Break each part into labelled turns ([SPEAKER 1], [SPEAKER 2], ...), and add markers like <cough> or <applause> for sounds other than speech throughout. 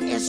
[SPEAKER 1] this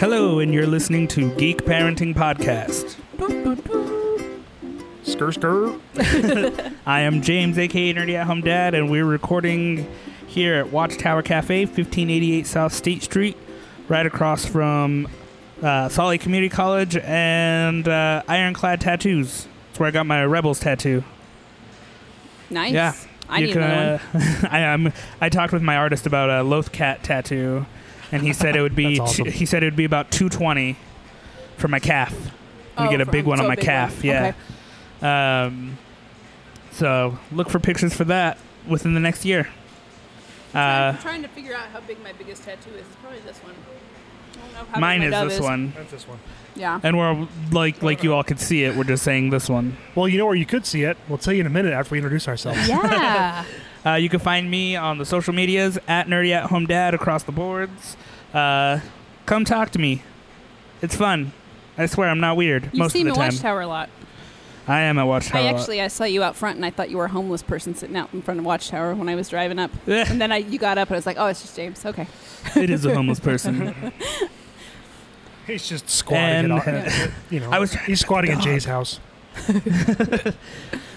[SPEAKER 2] Hello, and you're listening to Geek Parenting Podcast.
[SPEAKER 3] Skr skr.
[SPEAKER 2] <laughs> I am James, aka Nerdy at Home Dad, and we're recording here at Watchtower Cafe, 1588 South State Street, right across from uh, Salt Lake Community College and uh, Ironclad Tattoos. That's where I got my Rebels tattoo.
[SPEAKER 4] Nice.
[SPEAKER 2] Yeah.
[SPEAKER 4] I
[SPEAKER 2] You
[SPEAKER 4] need
[SPEAKER 2] can,
[SPEAKER 4] another one.
[SPEAKER 2] uh, <laughs> I um, I talked with my artist about a loath cat tattoo, and he said it would be
[SPEAKER 3] That's awesome.
[SPEAKER 2] t- he said it would be about two twenty for my calf. We
[SPEAKER 4] Oh,
[SPEAKER 2] get a
[SPEAKER 4] for-
[SPEAKER 2] big one
[SPEAKER 4] so
[SPEAKER 2] on
[SPEAKER 4] a
[SPEAKER 2] my
[SPEAKER 4] big
[SPEAKER 2] calf.
[SPEAKER 4] one.
[SPEAKER 2] Yeah. Um, so look for pictures for that within the next year. Uh,
[SPEAKER 4] I'm trying to figure out how big my biggest tattoo is. It's probably this one. I don't know how big
[SPEAKER 2] mine
[SPEAKER 4] my
[SPEAKER 2] is
[SPEAKER 4] dove
[SPEAKER 2] this one,
[SPEAKER 3] That's this one.
[SPEAKER 2] <laughs>
[SPEAKER 4] Yeah.
[SPEAKER 2] and we're like like you all could see it. We're just saying this one.
[SPEAKER 3] Well, you know where you could see it. We'll tell you in a minute after we introduce ourselves.
[SPEAKER 4] Yeah.
[SPEAKER 2] Uh, you can find me on the social medias at Nerdy at Home Dad across the boards. Uh, come talk to me. It's fun. I swear I'm not weird
[SPEAKER 4] you
[SPEAKER 2] most
[SPEAKER 4] see
[SPEAKER 2] of
[SPEAKER 4] me
[SPEAKER 2] the
[SPEAKER 4] at
[SPEAKER 2] time.
[SPEAKER 4] Watchtower a lot.
[SPEAKER 2] I am a watchtower.
[SPEAKER 4] I actually I saw you out front and I thought you were a homeless person sitting out in front of Watchtower when I was
[SPEAKER 2] <laughs>
[SPEAKER 4] driving up.
[SPEAKER 2] <laughs> it
[SPEAKER 4] and then I you got up and I was like, oh, it's just James. Okay.
[SPEAKER 2] is a homeless
[SPEAKER 4] <laughs>
[SPEAKER 2] person.
[SPEAKER 3] He's just
[SPEAKER 2] And- <laughs>
[SPEAKER 3] squatting. at, you know,
[SPEAKER 2] I was
[SPEAKER 3] he's squatting at
[SPEAKER 2] dog.
[SPEAKER 3] Jay's house.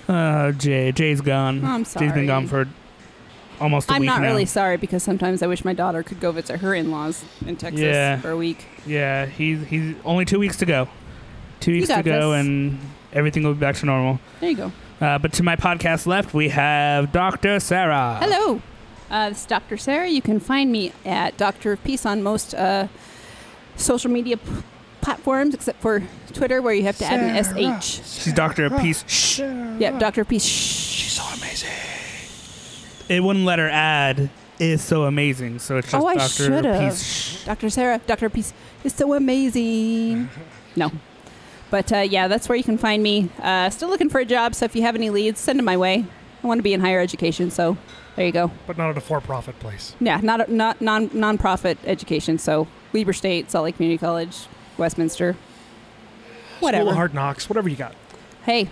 [SPEAKER 2] Oh, Jay. Jay's gone.
[SPEAKER 4] Oh, I'm
[SPEAKER 2] Jay's been
[SPEAKER 4] sorry.
[SPEAKER 2] gone for almost a
[SPEAKER 4] I'm
[SPEAKER 2] week
[SPEAKER 4] not
[SPEAKER 2] now.
[SPEAKER 4] really sorry because sometimes I wish my daughter could go visit her in-laws in Texas
[SPEAKER 2] Yeah.
[SPEAKER 4] for a week.
[SPEAKER 2] Yeah, he's he's only two weeks to go. Two
[SPEAKER 4] You
[SPEAKER 2] weeks to
[SPEAKER 4] got
[SPEAKER 2] go,
[SPEAKER 4] this.
[SPEAKER 2] and everything will be back to normal.
[SPEAKER 4] There you go.
[SPEAKER 2] Uh, but to my podcast left, we have Dr. Sarah.
[SPEAKER 4] Hello. Uh, this is Dr. Sarah. You can find me at Doctor of Peace on most uh, social media p- platforms except for Twitter, where you have to add an SH.
[SPEAKER 2] She's Doctor of Peace. Shh.
[SPEAKER 4] Yep, Doctor of Peace. She's so amazing.
[SPEAKER 2] It wouldn't let her add is so amazing, so it's just
[SPEAKER 4] Oh, I
[SPEAKER 2] Dr.
[SPEAKER 4] should've.
[SPEAKER 2] Peace.
[SPEAKER 4] Dr. Sarah, Doctor of Peace is so amazing. No. But uh, yeah, that's where you can find me. Uh, still looking for a job, so if you have any leads, send them my way. I want to be in higher education, so there you go.
[SPEAKER 3] But not at a for-profit place.
[SPEAKER 4] Yeah, not not non nonprofit education. So Weber State, Salt Lake Community College, Westminster,
[SPEAKER 3] School
[SPEAKER 4] whatever.
[SPEAKER 3] of hard knocks. Whatever you got.
[SPEAKER 4] hey,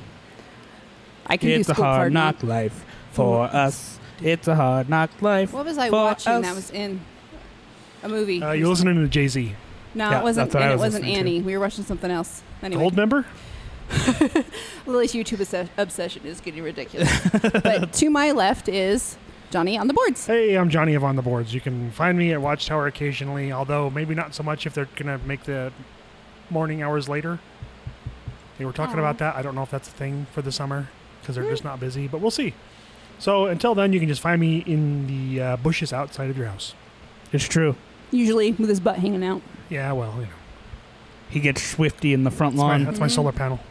[SPEAKER 4] I can
[SPEAKER 2] It's
[SPEAKER 4] do
[SPEAKER 2] a
[SPEAKER 4] school
[SPEAKER 2] hard
[SPEAKER 4] hard
[SPEAKER 2] knock life for us. It's a hard knock life.
[SPEAKER 4] What was I
[SPEAKER 2] for
[SPEAKER 4] watching
[SPEAKER 2] us.
[SPEAKER 4] that was in a movie?
[SPEAKER 3] Uh, you're listening to Jay Z.
[SPEAKER 4] No,
[SPEAKER 2] Yeah,
[SPEAKER 4] it wasn't.
[SPEAKER 2] that's what
[SPEAKER 4] and
[SPEAKER 2] I
[SPEAKER 4] it
[SPEAKER 2] was
[SPEAKER 4] wasn't
[SPEAKER 2] listening to.
[SPEAKER 4] Annie. We were watching something else. Anyway,
[SPEAKER 3] Gold member.
[SPEAKER 4] <laughs> Lily's YouTube obses- obsession is
[SPEAKER 2] <laughs>
[SPEAKER 4] getting ridiculous. but to my left is Johnny on the boards.
[SPEAKER 3] Hey, I'm Johnny of On the Boards. You can find me at Watchtower occasionally, although maybe not so much if they're going to make the morning hours later. They were talking
[SPEAKER 4] Aw.
[SPEAKER 3] about that. I don't know if that's a thing for the summer because they're
[SPEAKER 2] Hmm.
[SPEAKER 3] just not busy, but we'll see. So until then, you can just find me in the uh, bushes outside of your house.
[SPEAKER 2] It's true.
[SPEAKER 4] Usually with his butt hanging out.
[SPEAKER 3] Yeah, well, you know,
[SPEAKER 2] He gets swifty in the front
[SPEAKER 3] that's, my,
[SPEAKER 2] lawn.
[SPEAKER 3] that's my
[SPEAKER 4] Mm.
[SPEAKER 3] solar panel.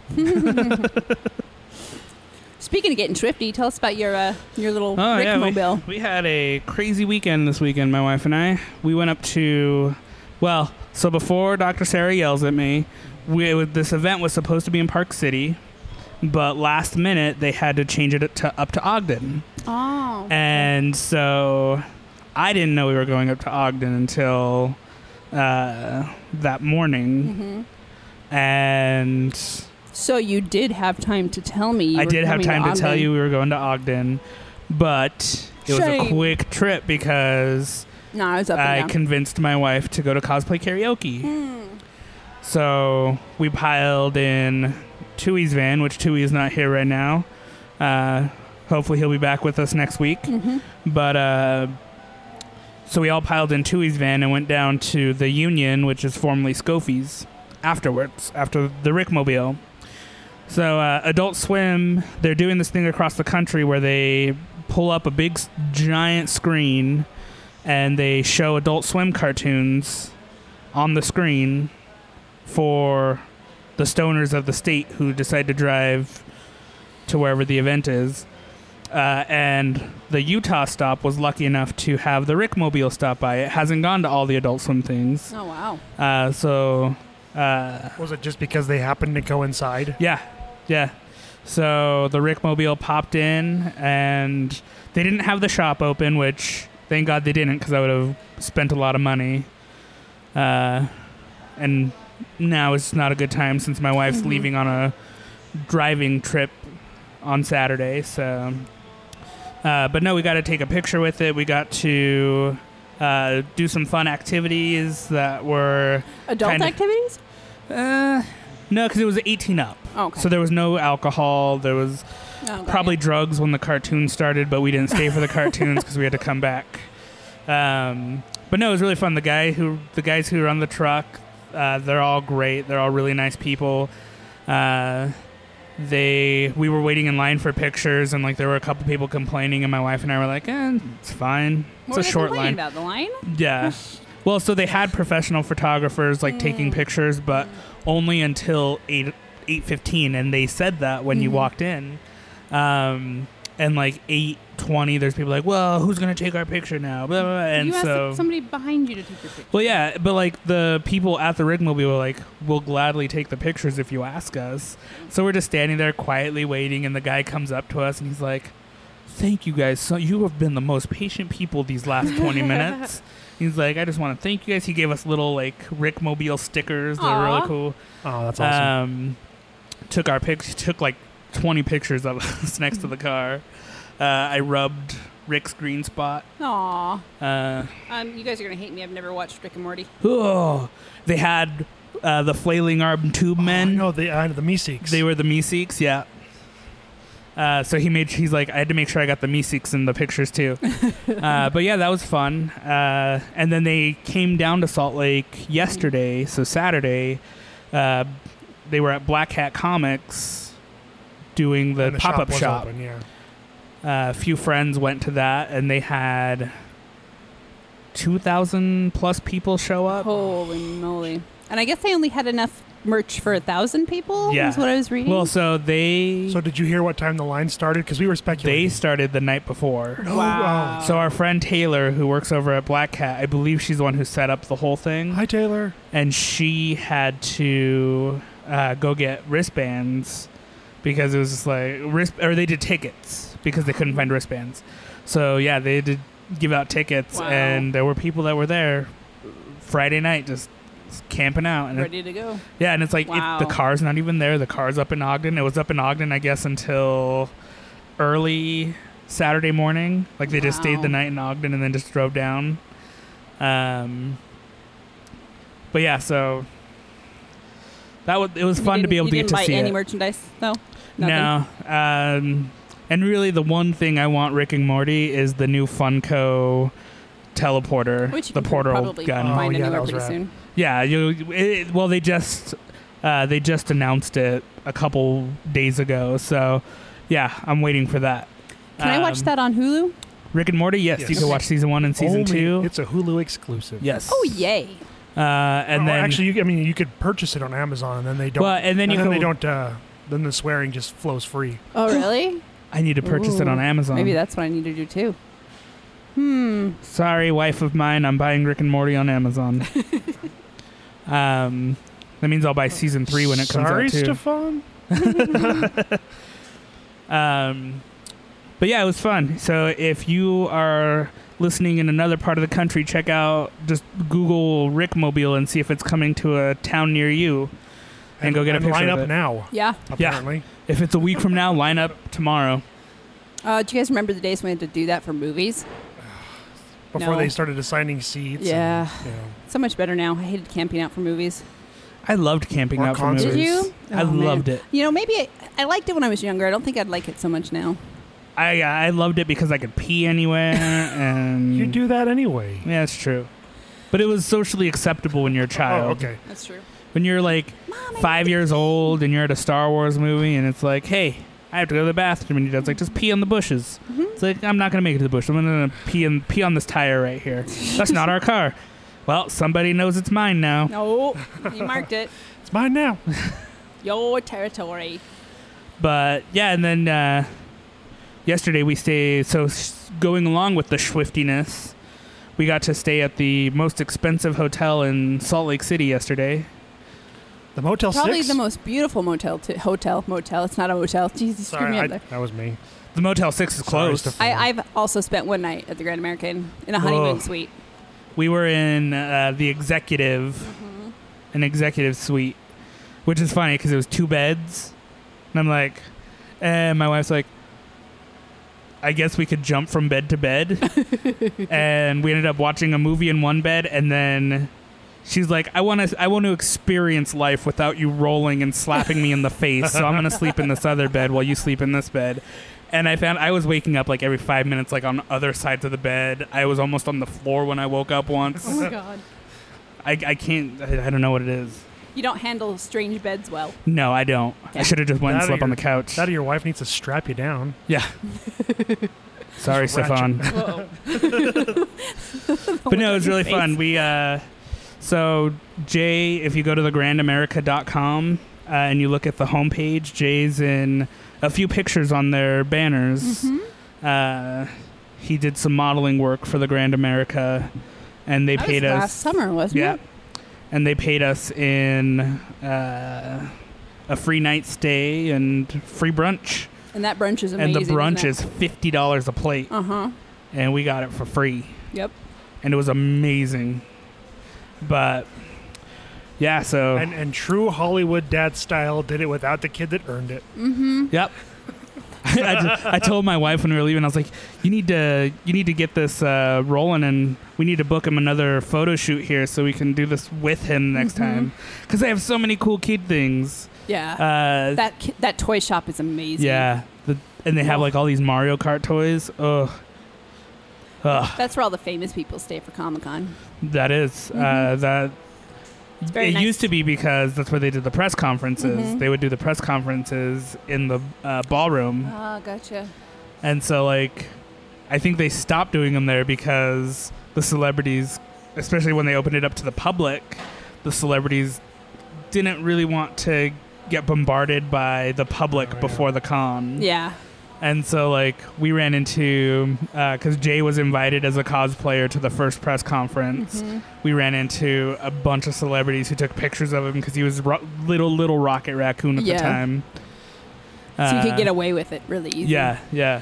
[SPEAKER 4] Speaking of getting swifty, tell us about your uh, your little
[SPEAKER 2] Oh,
[SPEAKER 4] Rick
[SPEAKER 2] yeah, we-
[SPEAKER 4] mobile.
[SPEAKER 2] We had a crazy weekend this weekend, my wife and I. We went up to, well, so before Dr. Sarah yells at me, we, it was- this event was supposed to be in Park City, but last minute they had to change it to, up to Ogden.
[SPEAKER 4] Oh.
[SPEAKER 2] And so I didn't know we were going up to Ogden until uh, that morning.
[SPEAKER 4] Mhm.
[SPEAKER 3] Mm-hmm.
[SPEAKER 2] And
[SPEAKER 4] So you did have time to tell me. You
[SPEAKER 2] I
[SPEAKER 4] were
[SPEAKER 2] did have
[SPEAKER 4] coming
[SPEAKER 2] time to, tell
[SPEAKER 4] Ogden.
[SPEAKER 2] you we were going to Ogden, but it was a
[SPEAKER 4] Shame.
[SPEAKER 2] quick trip because
[SPEAKER 4] No, I was up
[SPEAKER 2] I
[SPEAKER 4] and down. Hmm.
[SPEAKER 2] convinced my wife to go to cosplay karaoke. So we piled in Tui's van, which Tui is not here right now. Uh, hopefully, he'll be back with us next week.
[SPEAKER 4] Mm-hmm.
[SPEAKER 2] But uh, so we all piled in Tui's van and went down to the Union, which is formerly Scofie's, afterwards, after the Rickmobile. So uh, Adult Swim, they're doing this thing across the country where they pull up a big, s- giant screen and they show Adult Swim cartoons on the screen for the stoners of the state who decide to drive to wherever the event is. Uh, and the Utah stop was lucky enough to have the Rickmobile stop by. It hasn't gone to all the Adult Swim things.
[SPEAKER 4] Oh wow.
[SPEAKER 2] Uh, so, uh,
[SPEAKER 3] Was it just because they happened to coincide?
[SPEAKER 2] yeah, yeah. So the Rickmobile popped in, and they didn't have the shop open, which thank God they didn't, because I would have spent a lot of money. Uh, and now it's not a good time since my wife's leaving on a driving trip on Saturday. So, uh, but no, we got to take a picture with it. We got to uh, do some fun activities that were
[SPEAKER 4] Adult
[SPEAKER 2] Kinda.
[SPEAKER 4] activities?
[SPEAKER 2] uh, no, because it was 18 up.
[SPEAKER 4] Oh, okay.
[SPEAKER 2] So there was no alcohol. There was
[SPEAKER 4] Oh, got
[SPEAKER 2] probably
[SPEAKER 4] it.
[SPEAKER 2] drugs when the cartoon started, but we didn't stay for the cartoons because we had to come back. Um, but no, it was really fun. The guy who the guys who run the truck, uh, they're all great. They're all really nice people. Uh, they we were waiting in line for pictures, and like there were a couple people complaining, and my wife and I were like, eh, "It's fine.
[SPEAKER 4] What were
[SPEAKER 2] it's
[SPEAKER 4] they
[SPEAKER 2] a short
[SPEAKER 4] complaining
[SPEAKER 2] line."
[SPEAKER 4] About the line?
[SPEAKER 2] Yeah. Well, so they had professional photographers like
[SPEAKER 4] Mm.
[SPEAKER 2] taking pictures, but only until eight eight fifteen, and they said that when
[SPEAKER 4] Mm-hmm.
[SPEAKER 2] you walked in, um, and like eight twenty, there's people like, well, who's gonna take our picture now? Blah, blah, blah. And
[SPEAKER 4] you asked
[SPEAKER 2] so,
[SPEAKER 4] somebody behind you to take your picture.
[SPEAKER 2] well, yeah, but like the people at the Rigmobile were like, we'll gladly take the pictures if you ask us. So we're just standing there quietly waiting, and the guy comes up to us and he's like, Thank you guys. So you have been the most patient people these last 20 minutes. He's like, I just want to thank you guys. He gave us little like Rickmobile stickers. They're
[SPEAKER 4] Aw.
[SPEAKER 2] really cool.
[SPEAKER 3] Oh, that's awesome.
[SPEAKER 2] Uh, Um, took our pics. Took like twenty pictures of <laughs> us next to the car. Uh, I rubbed Rick's green spot.
[SPEAKER 4] Aw.
[SPEAKER 2] Uh,
[SPEAKER 4] Um, you guys are gonna hate me. I've never watched Rick and Morty.
[SPEAKER 2] oh, they had uh, the flailing arm tube men.
[SPEAKER 3] no, the uh, the Meeseeks.
[SPEAKER 2] They were the Meeseeks, yeah. Uh, so he made. He's like, I had to make sure I got the Meeseeks in the pictures
[SPEAKER 3] <laughs>
[SPEAKER 2] too. uh, but yeah, that was fun. Uh, and then they came down to Salt Lake yesterday, so Saturday. Uh, they were at Black Hat Comics doing the
[SPEAKER 3] And
[SPEAKER 2] pop up
[SPEAKER 3] was
[SPEAKER 2] shop.
[SPEAKER 3] open, yeah.
[SPEAKER 2] Uh, a few friends went to that, and they had two thousand plus people show up.
[SPEAKER 4] Holy moly! And I guess they only had enough merch for a thousand people.
[SPEAKER 2] Yeah.
[SPEAKER 4] is what I was reading.
[SPEAKER 2] Well, so they
[SPEAKER 3] So did you hear what time the line started? Because we were
[SPEAKER 2] they
[SPEAKER 3] speculating.
[SPEAKER 2] started the night before.
[SPEAKER 3] No,
[SPEAKER 4] Wow.
[SPEAKER 3] oh.
[SPEAKER 2] So our friend Taylor, who works over at Black Cat, I believe she's the one who set up the whole thing,
[SPEAKER 3] Hi Taylor.
[SPEAKER 2] and she had to uh, go get wristbands because it was just like wrist, or they did tickets because they couldn't find wristbands. So yeah, they did give out tickets,
[SPEAKER 4] Wow.
[SPEAKER 2] and there were people that were there Friday night just camping out, and it-
[SPEAKER 4] ready to go.
[SPEAKER 2] yeah, and it's like
[SPEAKER 4] Wow.
[SPEAKER 2] it, the car's not even there. The car's up in Ogden. It was up in Ogden, I guess, until early Saturday morning. Like they just stayed
[SPEAKER 4] Wow.
[SPEAKER 2] the night in Ogden and then just drove down. Um, but yeah, so that was it was
[SPEAKER 4] You
[SPEAKER 2] fun to
[SPEAKER 4] didn't-
[SPEAKER 2] be able
[SPEAKER 4] you
[SPEAKER 2] to get
[SPEAKER 4] didn't
[SPEAKER 2] to
[SPEAKER 4] buy
[SPEAKER 2] see
[SPEAKER 4] any
[SPEAKER 2] it.
[SPEAKER 4] merchandise. No. Nothing?
[SPEAKER 2] no, um, and really the one thing I want Rick and Morty is the new Funko teleporter,
[SPEAKER 4] Which you
[SPEAKER 2] the
[SPEAKER 4] can
[SPEAKER 2] portal
[SPEAKER 4] probably
[SPEAKER 2] gun.
[SPEAKER 4] find
[SPEAKER 3] Oh, yeah,
[SPEAKER 4] anywhere
[SPEAKER 3] that was
[SPEAKER 4] pretty
[SPEAKER 3] rad.
[SPEAKER 4] soon.
[SPEAKER 2] Yeah, you. It, well, they just uh, they just announced it a couple days ago. So, yeah, I'm waiting for that.
[SPEAKER 4] Can I watch
[SPEAKER 2] Um,
[SPEAKER 4] that on Hulu?
[SPEAKER 2] Rick and Morty. Yes, you
[SPEAKER 3] Yes.
[SPEAKER 2] can watch season one and season
[SPEAKER 3] Only-
[SPEAKER 2] two.
[SPEAKER 3] It's a Hulu exclusive.
[SPEAKER 2] yes.
[SPEAKER 4] Oh yay!
[SPEAKER 2] Uh, and
[SPEAKER 3] Or
[SPEAKER 2] then
[SPEAKER 3] Oh, actually, you, I mean, you could purchase it on Amazon, and then they don't.
[SPEAKER 2] Well, and then you
[SPEAKER 3] then
[SPEAKER 2] can-
[SPEAKER 3] they don't. Uh, then the swearing just flows free.
[SPEAKER 4] Oh really?
[SPEAKER 2] I need to purchase it
[SPEAKER 4] Ooh,
[SPEAKER 2] on Amazon.
[SPEAKER 4] Maybe that's what I need to do too. Hmm.
[SPEAKER 2] Sorry, wife of mine, I'm buying Rick and Morty on
[SPEAKER 4] <laughs>
[SPEAKER 2] Amazon. um, that means I'll buy season three when it comes
[SPEAKER 3] Sorry,
[SPEAKER 2] out too.
[SPEAKER 3] Stefan.
[SPEAKER 2] Um, but yeah, it was fun. So if you are listening in another part of the country, check out just Google Rickmobile and see if it's coming to a town near you, and, go get a picture
[SPEAKER 3] Line
[SPEAKER 2] of
[SPEAKER 3] up
[SPEAKER 2] it.
[SPEAKER 3] now.
[SPEAKER 4] Yeah.
[SPEAKER 2] Yeah.
[SPEAKER 3] Apparently,
[SPEAKER 2] If it's a week from now, line up tomorrow.
[SPEAKER 4] Uh, do you guys remember the days when we had to do that for movies?
[SPEAKER 3] before
[SPEAKER 4] No.
[SPEAKER 3] they started assigning seats. and,
[SPEAKER 4] Yeah.
[SPEAKER 3] you know.
[SPEAKER 4] So much better now. I hated camping out for movies.
[SPEAKER 2] I loved camping
[SPEAKER 3] Or
[SPEAKER 2] out for
[SPEAKER 3] concerts.
[SPEAKER 2] movies.
[SPEAKER 4] Did you?
[SPEAKER 2] I
[SPEAKER 4] Oh, man.
[SPEAKER 2] loved it.
[SPEAKER 4] You know, maybe I, I liked it when I was younger. I don't think I'd like it so much now.
[SPEAKER 2] I I loved it because I could pee anywhere, <laughs> and
[SPEAKER 3] You do that anyway.
[SPEAKER 2] Yeah, it's true. But it was socially acceptable when you're a child.
[SPEAKER 3] Oh, okay.
[SPEAKER 4] That's true.
[SPEAKER 2] when you're like five years old and you're at a Star Wars movie and it's like, hey, I have to go to the bathroom, and your dad's like, just pee on the bushes. It's like I'm not gonna make it to the bush. I'm gonna pee and pee on this tire right here. That's not our car. Well, somebody knows it's mine now.
[SPEAKER 4] No, you marked <laughs> it.
[SPEAKER 3] It's mine now.
[SPEAKER 4] Your territory.
[SPEAKER 2] But yeah, and then uh, yesterday we stayed. So s- going along with the swiftiness, we got to stay at the most expensive hotel in Salt Lake City yesterday.
[SPEAKER 3] The Motel
[SPEAKER 4] Probably
[SPEAKER 3] Six.
[SPEAKER 4] the most beautiful motel, to, hotel, motel. It's not a motel. Jesus, screw
[SPEAKER 3] Sorry,
[SPEAKER 4] me
[SPEAKER 3] I,
[SPEAKER 4] up
[SPEAKER 2] <laughs>
[SPEAKER 4] there.
[SPEAKER 3] that was me.
[SPEAKER 2] The Motel Six is
[SPEAKER 3] Sorry,
[SPEAKER 2] closed.
[SPEAKER 3] Stefan.
[SPEAKER 4] I, I've also spent one night at the Grand American in a honeymoon
[SPEAKER 2] Whoa.
[SPEAKER 4] suite.
[SPEAKER 2] we were in uh, the executive, an executive suite, which is funny because it was two beds, and I'm like, and my wife's like, I guess we could jump from bed to bed, and we ended up watching a movie in one bed, and then she's like, I want to, I want to experience life without you rolling and slapping me in the face, so I'm gonna sleep in this other bed while you sleep in this bed. And I found I was waking up like every five minutes, like on other sides of the bed. I was almost on the floor when I woke up once.
[SPEAKER 4] Oh my god.
[SPEAKER 2] I, I can't. I, I don't know what it is.
[SPEAKER 4] You don't handle strange beds well.
[SPEAKER 2] No, I don't. I
[SPEAKER 4] Yeah.
[SPEAKER 2] should have just went and
[SPEAKER 3] That or
[SPEAKER 2] slept on
[SPEAKER 3] your-
[SPEAKER 2] the couch.
[SPEAKER 3] That or your wife needs to strap you down. <laughs>
[SPEAKER 2] yeah. Sorry,
[SPEAKER 3] Just
[SPEAKER 2] Stefan.
[SPEAKER 3] ratchet.
[SPEAKER 4] Whoa.
[SPEAKER 2] <laughs>
[SPEAKER 4] <laughs>
[SPEAKER 2] But no, it was really
[SPEAKER 4] Face.
[SPEAKER 2] fun. We uh, so Jay, if you go to thegrandamerica.com uh, and you look at the homepage, Jay's in a few pictures on their banners.
[SPEAKER 4] Mm-hmm.
[SPEAKER 2] Uh, he did some modeling work for the Grand America, and they
[SPEAKER 4] That was
[SPEAKER 2] paid us
[SPEAKER 4] last summer, wasn't
[SPEAKER 2] Yeah.
[SPEAKER 4] it?
[SPEAKER 2] And they paid us in uh, a free night stay and free brunch.
[SPEAKER 4] And that brunch is amazing.
[SPEAKER 2] and the brunch is $50 a plate.
[SPEAKER 4] Uh huh.
[SPEAKER 2] And we got it for free.
[SPEAKER 4] Yep.
[SPEAKER 2] And it was amazing. But yeah, so.
[SPEAKER 3] And, and true Hollywood dad style did it without the kid that earned it.
[SPEAKER 2] yep. <laughs> I, ju- I told my wife when we were leaving, I was like, "You need to, you need to get this uh, rolling, and we need to book him another photo shoot here so we can do this with him next
[SPEAKER 4] Mm-hmm.
[SPEAKER 2] time." 'Cause time." Because they have so many cool kid things.
[SPEAKER 4] Yeah.
[SPEAKER 2] Uh,
[SPEAKER 4] that ki- that toy shop is amazing.
[SPEAKER 2] Yeah, the, and they have like all these Mario Kart toys. Ugh, Ugh,
[SPEAKER 4] That's where all the famous people stay for Comic Con.
[SPEAKER 2] that is, uh, that.
[SPEAKER 4] Mm-hmm. very
[SPEAKER 2] it
[SPEAKER 4] nice. Mm-hmm.
[SPEAKER 2] used to be because that's where they did the press conferences. They would do the press conferences in the uh, ballroom,
[SPEAKER 4] Ah, gotcha.
[SPEAKER 2] and so like, I think they stopped doing them there because the celebrities, especially when they opened it up to the public, the celebrities didn't really want to get bombarded by the public before the con.
[SPEAKER 4] Yeah.
[SPEAKER 2] And so, like, we ran into because Jay was invited as a cosplayer to the first press conference.
[SPEAKER 4] Mm-hmm.
[SPEAKER 2] We ran into a bunch of celebrities who took pictures of him because he was ro- little little Rocket Raccoon at
[SPEAKER 4] Yeah.
[SPEAKER 2] the time.
[SPEAKER 4] So you
[SPEAKER 2] Uh,
[SPEAKER 4] could get away with it really easy.
[SPEAKER 2] Yeah, yeah.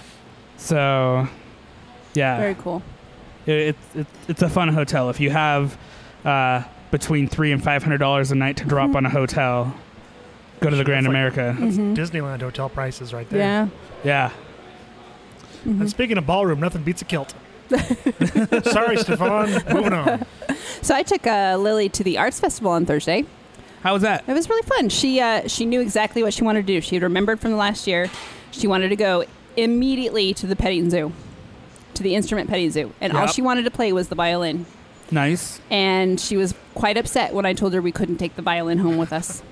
[SPEAKER 2] So, yeah,
[SPEAKER 4] Very cool.
[SPEAKER 2] It- it's it's it's a fun hotel if you have uh, between three and five hundred dollars a night to drop on a
[SPEAKER 4] Mm-hmm.
[SPEAKER 2] hotel. Go to the Grand
[SPEAKER 3] That's like-
[SPEAKER 2] America.
[SPEAKER 3] Disneyland hotel prices right there.
[SPEAKER 4] Yeah. mm-hmm.
[SPEAKER 2] Yeah.
[SPEAKER 3] And speaking of ballroom, nothing beats
[SPEAKER 4] <laughs>
[SPEAKER 3] a kilt. Sorry, Stefan. Moving on.
[SPEAKER 4] So I took uh, Lily to the arts festival on Thursday.
[SPEAKER 2] How was that?
[SPEAKER 4] It was really fun. She uh, she knew exactly what she wanted to do. She had remembered from the last year. She wanted to go immediately to the petting zoo, to the instrument petting zoo, and all
[SPEAKER 2] Yep.
[SPEAKER 4] she wanted to play was the violin.
[SPEAKER 2] Nice.
[SPEAKER 4] And she was quite upset when I told her we couldn't take the violin home with us.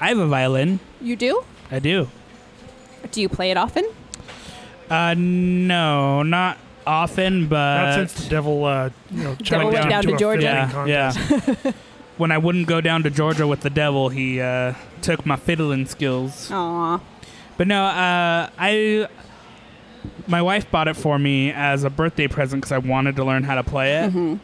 [SPEAKER 2] I have a violin.
[SPEAKER 4] You do?
[SPEAKER 2] I do.
[SPEAKER 4] Do you play it often?
[SPEAKER 2] Uh, no, not often, but
[SPEAKER 3] Not since the devil, uh, you know,
[SPEAKER 4] Devil
[SPEAKER 3] challenged
[SPEAKER 4] went
[SPEAKER 3] him
[SPEAKER 4] down to
[SPEAKER 3] a
[SPEAKER 4] Georgia.
[SPEAKER 3] fiddling
[SPEAKER 2] yeah,
[SPEAKER 3] contest.
[SPEAKER 2] yeah. <laughs> when I wouldn't go down to Georgia with the devil, he uh, took my fiddling skills.
[SPEAKER 4] Aw.
[SPEAKER 2] But no, uh, I my wife bought it for me as a birthday present because I wanted to learn how to play it,
[SPEAKER 4] Mm-hmm.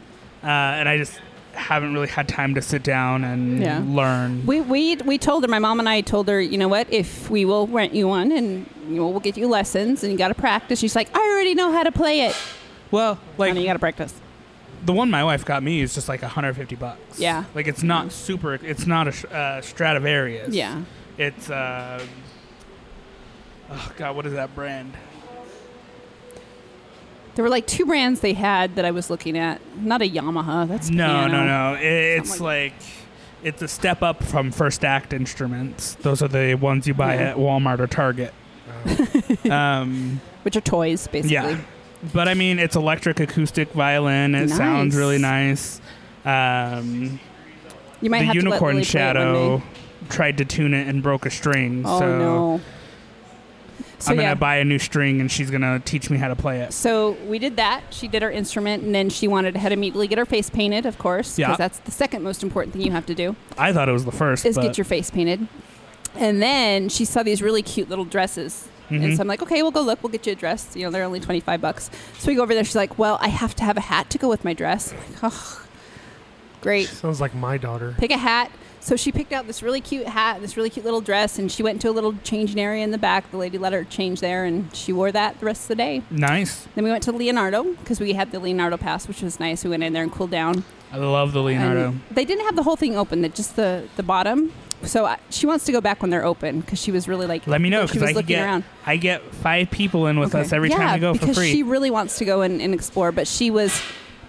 [SPEAKER 2] uh, and I just haven't really had time to sit down and
[SPEAKER 4] Yeah.
[SPEAKER 2] learn.
[SPEAKER 4] We, we, we told her, my mom and I told her, you know what, if we will rent you one and you know, we'll get you lessons and you got to practice. She's like, I already know how to play it.
[SPEAKER 2] well, like
[SPEAKER 4] Honey, you got to practice.
[SPEAKER 2] the one my wife got me is just like 150 bucks.
[SPEAKER 4] Yeah. Mm-hmm.
[SPEAKER 2] like it's not super. It's not a sh- uh, Stradivarius.
[SPEAKER 4] Yeah.
[SPEAKER 2] It's uh, oh god, what is that brand?
[SPEAKER 4] There were like two brands they had that I was looking at. Not a Yamaha. That's
[SPEAKER 2] No,
[SPEAKER 4] piano.
[SPEAKER 2] no, no. It, it's
[SPEAKER 4] Something
[SPEAKER 2] like it's a step up from first act instruments. Those are the ones you buy at Walmart or Target. um,
[SPEAKER 4] Which are toys, basically.
[SPEAKER 2] yeah, but I mean, it's electric acoustic violin. It sounds
[SPEAKER 4] Nice.
[SPEAKER 2] really nice. Um,
[SPEAKER 4] You might
[SPEAKER 2] the
[SPEAKER 4] have to let
[SPEAKER 2] unicorn
[SPEAKER 4] Lily Play it one
[SPEAKER 2] shadow
[SPEAKER 4] day.
[SPEAKER 2] tried to tune it and broke a string.
[SPEAKER 4] Oh
[SPEAKER 2] so
[SPEAKER 4] no. So
[SPEAKER 2] I'm gonna
[SPEAKER 4] yeah.
[SPEAKER 2] buy a new string, and she's gonna teach me how to play it.
[SPEAKER 4] so we did that. She did her instrument, and then she wanted to head immediately get her face painted, of course, because
[SPEAKER 2] Yeah.
[SPEAKER 4] that's the second most important thing you have to do.
[SPEAKER 2] I thought it was the first.
[SPEAKER 4] is
[SPEAKER 2] but
[SPEAKER 4] get your face painted. And then she saw these really cute little dresses And so I'm like, okay, we'll go look. We'll get you a dress. You know, they're only 25 bucks. So we go over there. She's like, well, I have to have a hat to go with my dress. I'm like, oh, great.
[SPEAKER 3] Sounds like my daughter.
[SPEAKER 4] pick a hat. So she picked out this really cute hat, this really cute little dress, and she went to a little changing area in the back. The lady let her change there, and she wore that the rest of the day.
[SPEAKER 2] Nice.
[SPEAKER 4] Then we went to Leonardo because we had the Leonardo pass, which was nice. We went in there and cooled down.
[SPEAKER 2] I love the
[SPEAKER 4] And
[SPEAKER 2] Leonardo.
[SPEAKER 4] they didn't have the whole thing open; that just the the bottom. So I, she wants to go back when they're open because she was really like,
[SPEAKER 2] Let me know
[SPEAKER 4] she
[SPEAKER 2] because
[SPEAKER 4] was
[SPEAKER 2] I could
[SPEAKER 4] looking
[SPEAKER 2] get
[SPEAKER 4] around.
[SPEAKER 2] I get five people in with
[SPEAKER 4] Okay.
[SPEAKER 2] us every
[SPEAKER 4] yeah,
[SPEAKER 2] time we go for
[SPEAKER 4] because
[SPEAKER 2] free.
[SPEAKER 4] she really wants to go and, and explore. But she was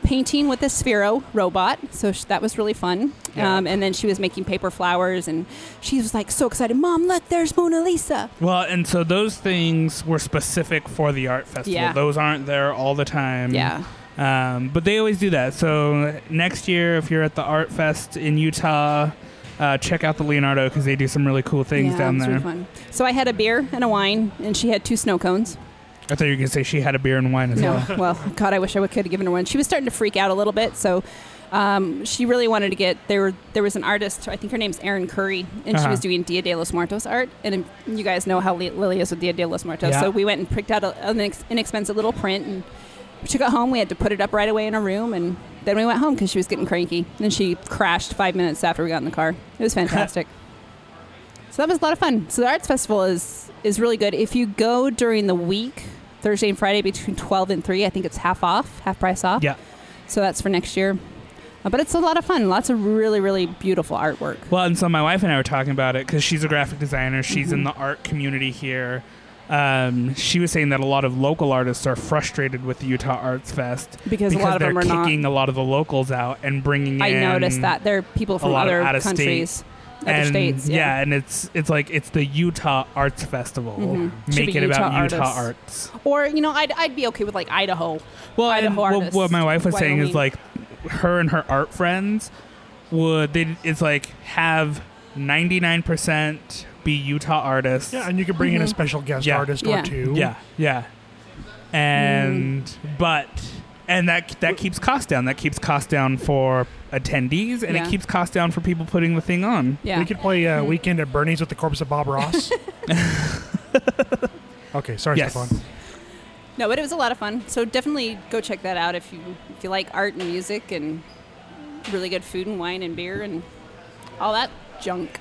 [SPEAKER 4] painting with a Sphero robot, so sh- that was really fun.
[SPEAKER 2] Yeah.
[SPEAKER 4] Um, and then she was making paper flowers, and she was like so excited. Mom, look, there's Mona Lisa.
[SPEAKER 2] well, and so those things were specific for the art festival.
[SPEAKER 4] Yeah.
[SPEAKER 2] Those aren't there all the time.
[SPEAKER 4] Yeah.
[SPEAKER 2] Um, but they always do that. So next year, if you're at the Art Fest in Utah, uh, check out the Leonardo because they do some really cool things
[SPEAKER 4] yeah,
[SPEAKER 2] down
[SPEAKER 4] it was really
[SPEAKER 2] there.
[SPEAKER 4] fun. So I had a beer and a wine, and she had two snow cones.
[SPEAKER 2] I thought you were gonna say she had a beer and wine as
[SPEAKER 4] No, <laughs>
[SPEAKER 2] well.
[SPEAKER 4] well, God, I wish I would could have given her one. She was starting to freak out a little bit, so um, she really wanted to get there. Were there was an artist, I think her name's Erin Curry, and she
[SPEAKER 2] Uh-huh.
[SPEAKER 4] was doing Dia de los Muertos art, and um, you guys know how Li- Lily is with Dia de los Muertos.
[SPEAKER 2] Yeah.
[SPEAKER 4] So we went and picked out a, an ex- inexpensive little print, and when she got home. We had to put it up right away in her room, and then we went home because she was getting cranky, and she crashed five minutes after we got in the car. It
[SPEAKER 2] <laughs>
[SPEAKER 4] was fantastic. So that was a lot of fun. So the arts festival is is really good. If you go during the week, Thursday and Friday between twelve and three, I think it's half off, half price off.
[SPEAKER 2] Yeah.
[SPEAKER 4] So that's for next year. Uh, But it's a lot of fun. Lots of really, really beautiful artwork.
[SPEAKER 2] Well, and so my wife and I were talking about it because she's a graphic designer. She's
[SPEAKER 4] Mm-hmm.
[SPEAKER 2] in the art community here. Um, she was saying that a lot of local artists are frustrated with the Utah Arts Fest
[SPEAKER 4] Because a lot of
[SPEAKER 2] they're
[SPEAKER 4] them are not.
[SPEAKER 2] kicking a lot of the locals out and bringing.
[SPEAKER 4] I
[SPEAKER 2] in
[SPEAKER 4] noticed that there are people from
[SPEAKER 2] lot of
[SPEAKER 4] other
[SPEAKER 2] out-of-state
[SPEAKER 4] countries, other
[SPEAKER 2] and,
[SPEAKER 4] states. Yeah.
[SPEAKER 2] and it's it's like it's the Utah Arts Festival.
[SPEAKER 4] Mm-hmm. Should
[SPEAKER 2] Make
[SPEAKER 4] be
[SPEAKER 2] it about
[SPEAKER 4] Utah
[SPEAKER 2] Utah
[SPEAKER 4] artists.
[SPEAKER 2] arts.
[SPEAKER 4] Or you know, I'd, I'd be okay with like Idaho.
[SPEAKER 2] Well,
[SPEAKER 4] Idaho
[SPEAKER 2] and what,
[SPEAKER 4] artists,
[SPEAKER 2] what my wife was saying
[SPEAKER 4] Wyoming.
[SPEAKER 2] is like her and her art friends would they it's like have ninety nine percent be Utah artists.
[SPEAKER 3] Yeah, and you could bring in a special guest
[SPEAKER 2] Yeah.
[SPEAKER 3] artist
[SPEAKER 4] Mm-hmm. Yeah.
[SPEAKER 3] or two.
[SPEAKER 2] Yeah, yeah. And but and that that keeps costs down. That keeps costs down for attendees, and
[SPEAKER 4] Yeah.
[SPEAKER 2] it keeps costs down for people putting the thing on.
[SPEAKER 4] Yeah. Mm-hmm.
[SPEAKER 3] We could play uh, Weekend at Bernie's with the corpse of
[SPEAKER 4] <laughs>
[SPEAKER 3] Bob Ross. okay, sorry,
[SPEAKER 2] Yes.
[SPEAKER 3] Stefan.
[SPEAKER 4] No, but it was a lot of fun. So definitely go check that out if you if you like art and music and really good food and wine and beer and all that junk.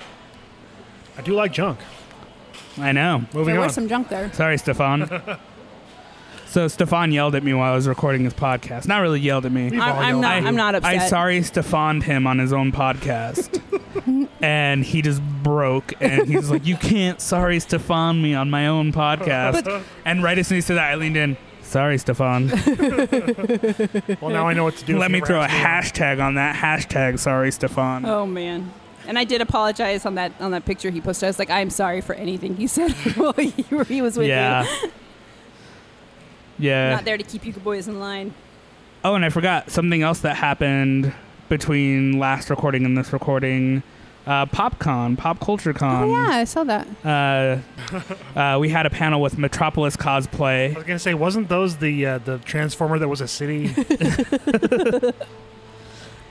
[SPEAKER 3] I do like junk.
[SPEAKER 2] I know.
[SPEAKER 3] Moving
[SPEAKER 4] there
[SPEAKER 3] on.
[SPEAKER 4] was some junk there.
[SPEAKER 2] Sorry,
[SPEAKER 3] <laughs>
[SPEAKER 2] Stefan. so Stefan yelled at me while I was recording his podcast. Not really yelled at me.
[SPEAKER 3] We've all
[SPEAKER 4] I'm, I'm
[SPEAKER 3] yelled
[SPEAKER 4] not.
[SPEAKER 3] at you.
[SPEAKER 4] I'm not
[SPEAKER 2] I
[SPEAKER 4] upset.
[SPEAKER 2] sorry Stefaned him on his own
[SPEAKER 4] <laughs>
[SPEAKER 2] podcast. and he just broke and he's like, You can't sorry Stefan me on my own podcast.
[SPEAKER 4] <laughs>
[SPEAKER 2] and right as soon as he said that, I leaned in. Sorry, Stefan.
[SPEAKER 3] well, now I know what to do.
[SPEAKER 2] Let
[SPEAKER 3] if
[SPEAKER 2] me
[SPEAKER 3] you
[SPEAKER 2] throw a
[SPEAKER 3] ever ask
[SPEAKER 2] hashtag on that. Hashtag sorry, Stefan.
[SPEAKER 4] Oh man. And I did apologize on that on that picture he posted. I was like, I'm sorry for anything he said <laughs> while he, he was with
[SPEAKER 2] yeah.
[SPEAKER 4] you. <laughs>
[SPEAKER 2] yeah.
[SPEAKER 4] Not there to keep you boys in line.
[SPEAKER 2] Oh, and I forgot something else that happened between last recording and this recording. Uh, PopCon, Pop Culture Con.
[SPEAKER 4] I saw that.
[SPEAKER 2] yeah. Uh, <laughs> uh, we had a panel with Metropolis
[SPEAKER 3] I
[SPEAKER 2] Cosplay.
[SPEAKER 3] was gonna say, wasn't those the uh, the transformer that was
[SPEAKER 4] <laughs>
[SPEAKER 3] a city?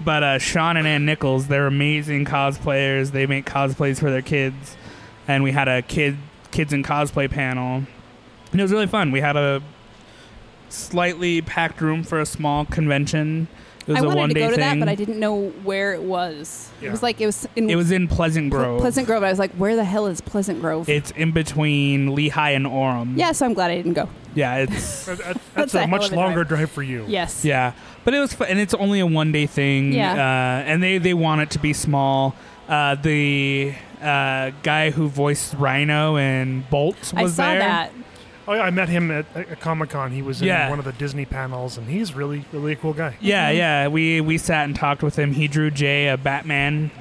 [SPEAKER 2] But uh, Sean and Ann Nichols, they're amazing cosplayers. They make cosplays for their kids, and we had a kid kids in cosplay panel, and it was really fun. We had a slightly packed room for a small convention. It was
[SPEAKER 4] I
[SPEAKER 2] a
[SPEAKER 4] wanted
[SPEAKER 2] one
[SPEAKER 4] to
[SPEAKER 2] day
[SPEAKER 4] go to
[SPEAKER 2] thing.
[SPEAKER 4] that, but I didn't know where it was. It
[SPEAKER 3] Yeah.
[SPEAKER 4] was like it was in
[SPEAKER 2] It was in Pleasant Grove.
[SPEAKER 4] Pleasant Grove. I was like, where the hell is Pleasant Grove?
[SPEAKER 2] It's in between Lehigh and Orem.
[SPEAKER 4] yeah, so I'm glad I didn't go.
[SPEAKER 2] Yeah, it's
[SPEAKER 3] That- that-
[SPEAKER 4] That's
[SPEAKER 3] that's
[SPEAKER 4] a hell
[SPEAKER 3] a
[SPEAKER 4] of
[SPEAKER 3] much
[SPEAKER 4] a
[SPEAKER 3] longer drive. for you.
[SPEAKER 4] Yes.
[SPEAKER 2] yeah, but it was fun, and it's only a one day thing.
[SPEAKER 4] Yeah.
[SPEAKER 2] uh, and they they want it to be small. Uh, the uh, guy who voiced Rhino and Bolt was
[SPEAKER 4] I saw
[SPEAKER 2] there.
[SPEAKER 4] that.
[SPEAKER 3] Oh, yeah, I met him at, at Comic Con. He was in
[SPEAKER 2] Yeah.
[SPEAKER 3] one of the Disney panels, and he's really, really a cool guy.
[SPEAKER 2] Yeah,
[SPEAKER 4] Mm-hmm.
[SPEAKER 2] yeah, we we sat and talked with him. He drew Jay a Batman.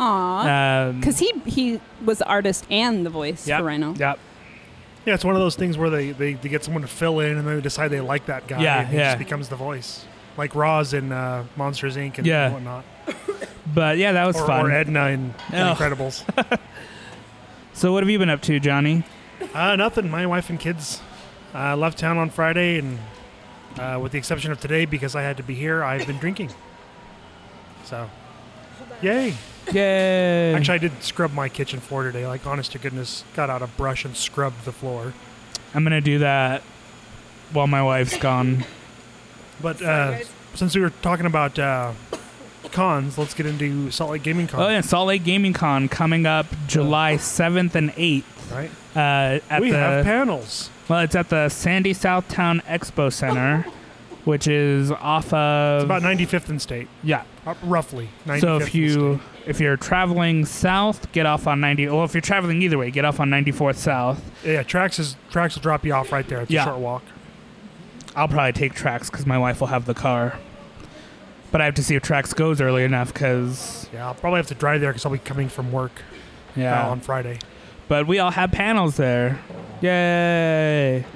[SPEAKER 4] Aw.
[SPEAKER 2] Um,
[SPEAKER 4] Because he he was the artist and the voice
[SPEAKER 2] yep,
[SPEAKER 4] for Rhino.
[SPEAKER 2] Yep.
[SPEAKER 3] Yeah, it's one of those things where they, they, they get someone to fill in, and then they decide they like that guy,
[SPEAKER 2] Yeah,
[SPEAKER 3] and he
[SPEAKER 2] yeah.
[SPEAKER 3] just becomes the voice, like Roz in uh, Monsters Inc. and
[SPEAKER 2] Yeah.
[SPEAKER 3] whatnot,
[SPEAKER 2] But yeah, that was
[SPEAKER 3] or,
[SPEAKER 2] fun.
[SPEAKER 3] or Edna
[SPEAKER 2] <laughs>
[SPEAKER 3] in The
[SPEAKER 2] Oh.
[SPEAKER 3] Incredibles.
[SPEAKER 2] so what have you been up to, Johnny?
[SPEAKER 3] Uh, nothing. My wife and kids uh, left town on Friday, and uh, with the exception of today, because I had to be here, I've been drinking. So, yay!
[SPEAKER 2] Yay!
[SPEAKER 3] Actually, I did scrub my kitchen floor today. Like, honest to goodness, got out a brush and scrubbed the floor.
[SPEAKER 2] I'm gonna do that while my wife's
[SPEAKER 3] <laughs>
[SPEAKER 2] gone.
[SPEAKER 3] But uh, since we were talking about uh, cons, let's get into Salt Lake Gaming Con.
[SPEAKER 2] Oh yeah, Salt Lake Gaming Con coming up July 7th and 8th.
[SPEAKER 3] Right?
[SPEAKER 2] Uh, at
[SPEAKER 3] we
[SPEAKER 2] the
[SPEAKER 3] have panels.
[SPEAKER 2] well, it's at the Sandy Southtown Expo Center, which is off of
[SPEAKER 3] About 95th in state,
[SPEAKER 2] yeah.
[SPEAKER 3] uh, roughly. 95th
[SPEAKER 2] So if
[SPEAKER 3] in
[SPEAKER 2] you
[SPEAKER 3] state.
[SPEAKER 2] if you're traveling south, get off on 90. Well, if you're traveling either way, get off on 94th South.
[SPEAKER 3] yeah, tracks is tracks will drop you off right there. It's
[SPEAKER 2] Yeah.
[SPEAKER 3] a short walk.
[SPEAKER 2] I'll probably take Trax because my wife will have the car. But I have to see if Trax goes early enough because
[SPEAKER 3] Yeah, I'll probably have to drive there because I'll be coming from work uh,
[SPEAKER 2] yeah.
[SPEAKER 3] on Friday.
[SPEAKER 2] But we all have panels there. Yay!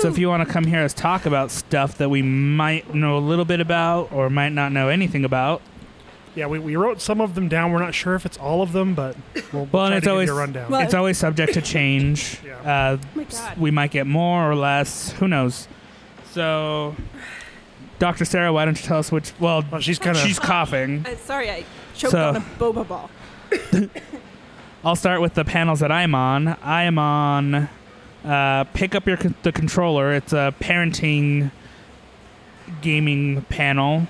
[SPEAKER 2] So if you want to come hear us talk about stuff that we might know a little bit about or might not know anything about,
[SPEAKER 3] Yeah, we, we wrote some of them down. We're not sure if it's all of them, but we'll, we'll
[SPEAKER 2] Well, and
[SPEAKER 3] try
[SPEAKER 2] it's
[SPEAKER 3] to
[SPEAKER 2] always-
[SPEAKER 3] give you a rundown.
[SPEAKER 4] Well- Oh
[SPEAKER 2] it's always subject to
[SPEAKER 4] <laughs>
[SPEAKER 2] change.
[SPEAKER 3] Yeah.
[SPEAKER 2] Uh,
[SPEAKER 4] my
[SPEAKER 2] s-
[SPEAKER 4] God.
[SPEAKER 2] We might get more or less. Who knows? So, Dr. Sarah, why don't you tell us which? Well,
[SPEAKER 3] Well, she's kind
[SPEAKER 4] <laughs>
[SPEAKER 3] of
[SPEAKER 2] she's coughing.
[SPEAKER 4] Uh, sorry, I choked
[SPEAKER 2] So-
[SPEAKER 4] on a boba ball.
[SPEAKER 2] I'll start with the panels that I'm on. I am on uh, pick up your con- the controller. It's a parenting gaming panel.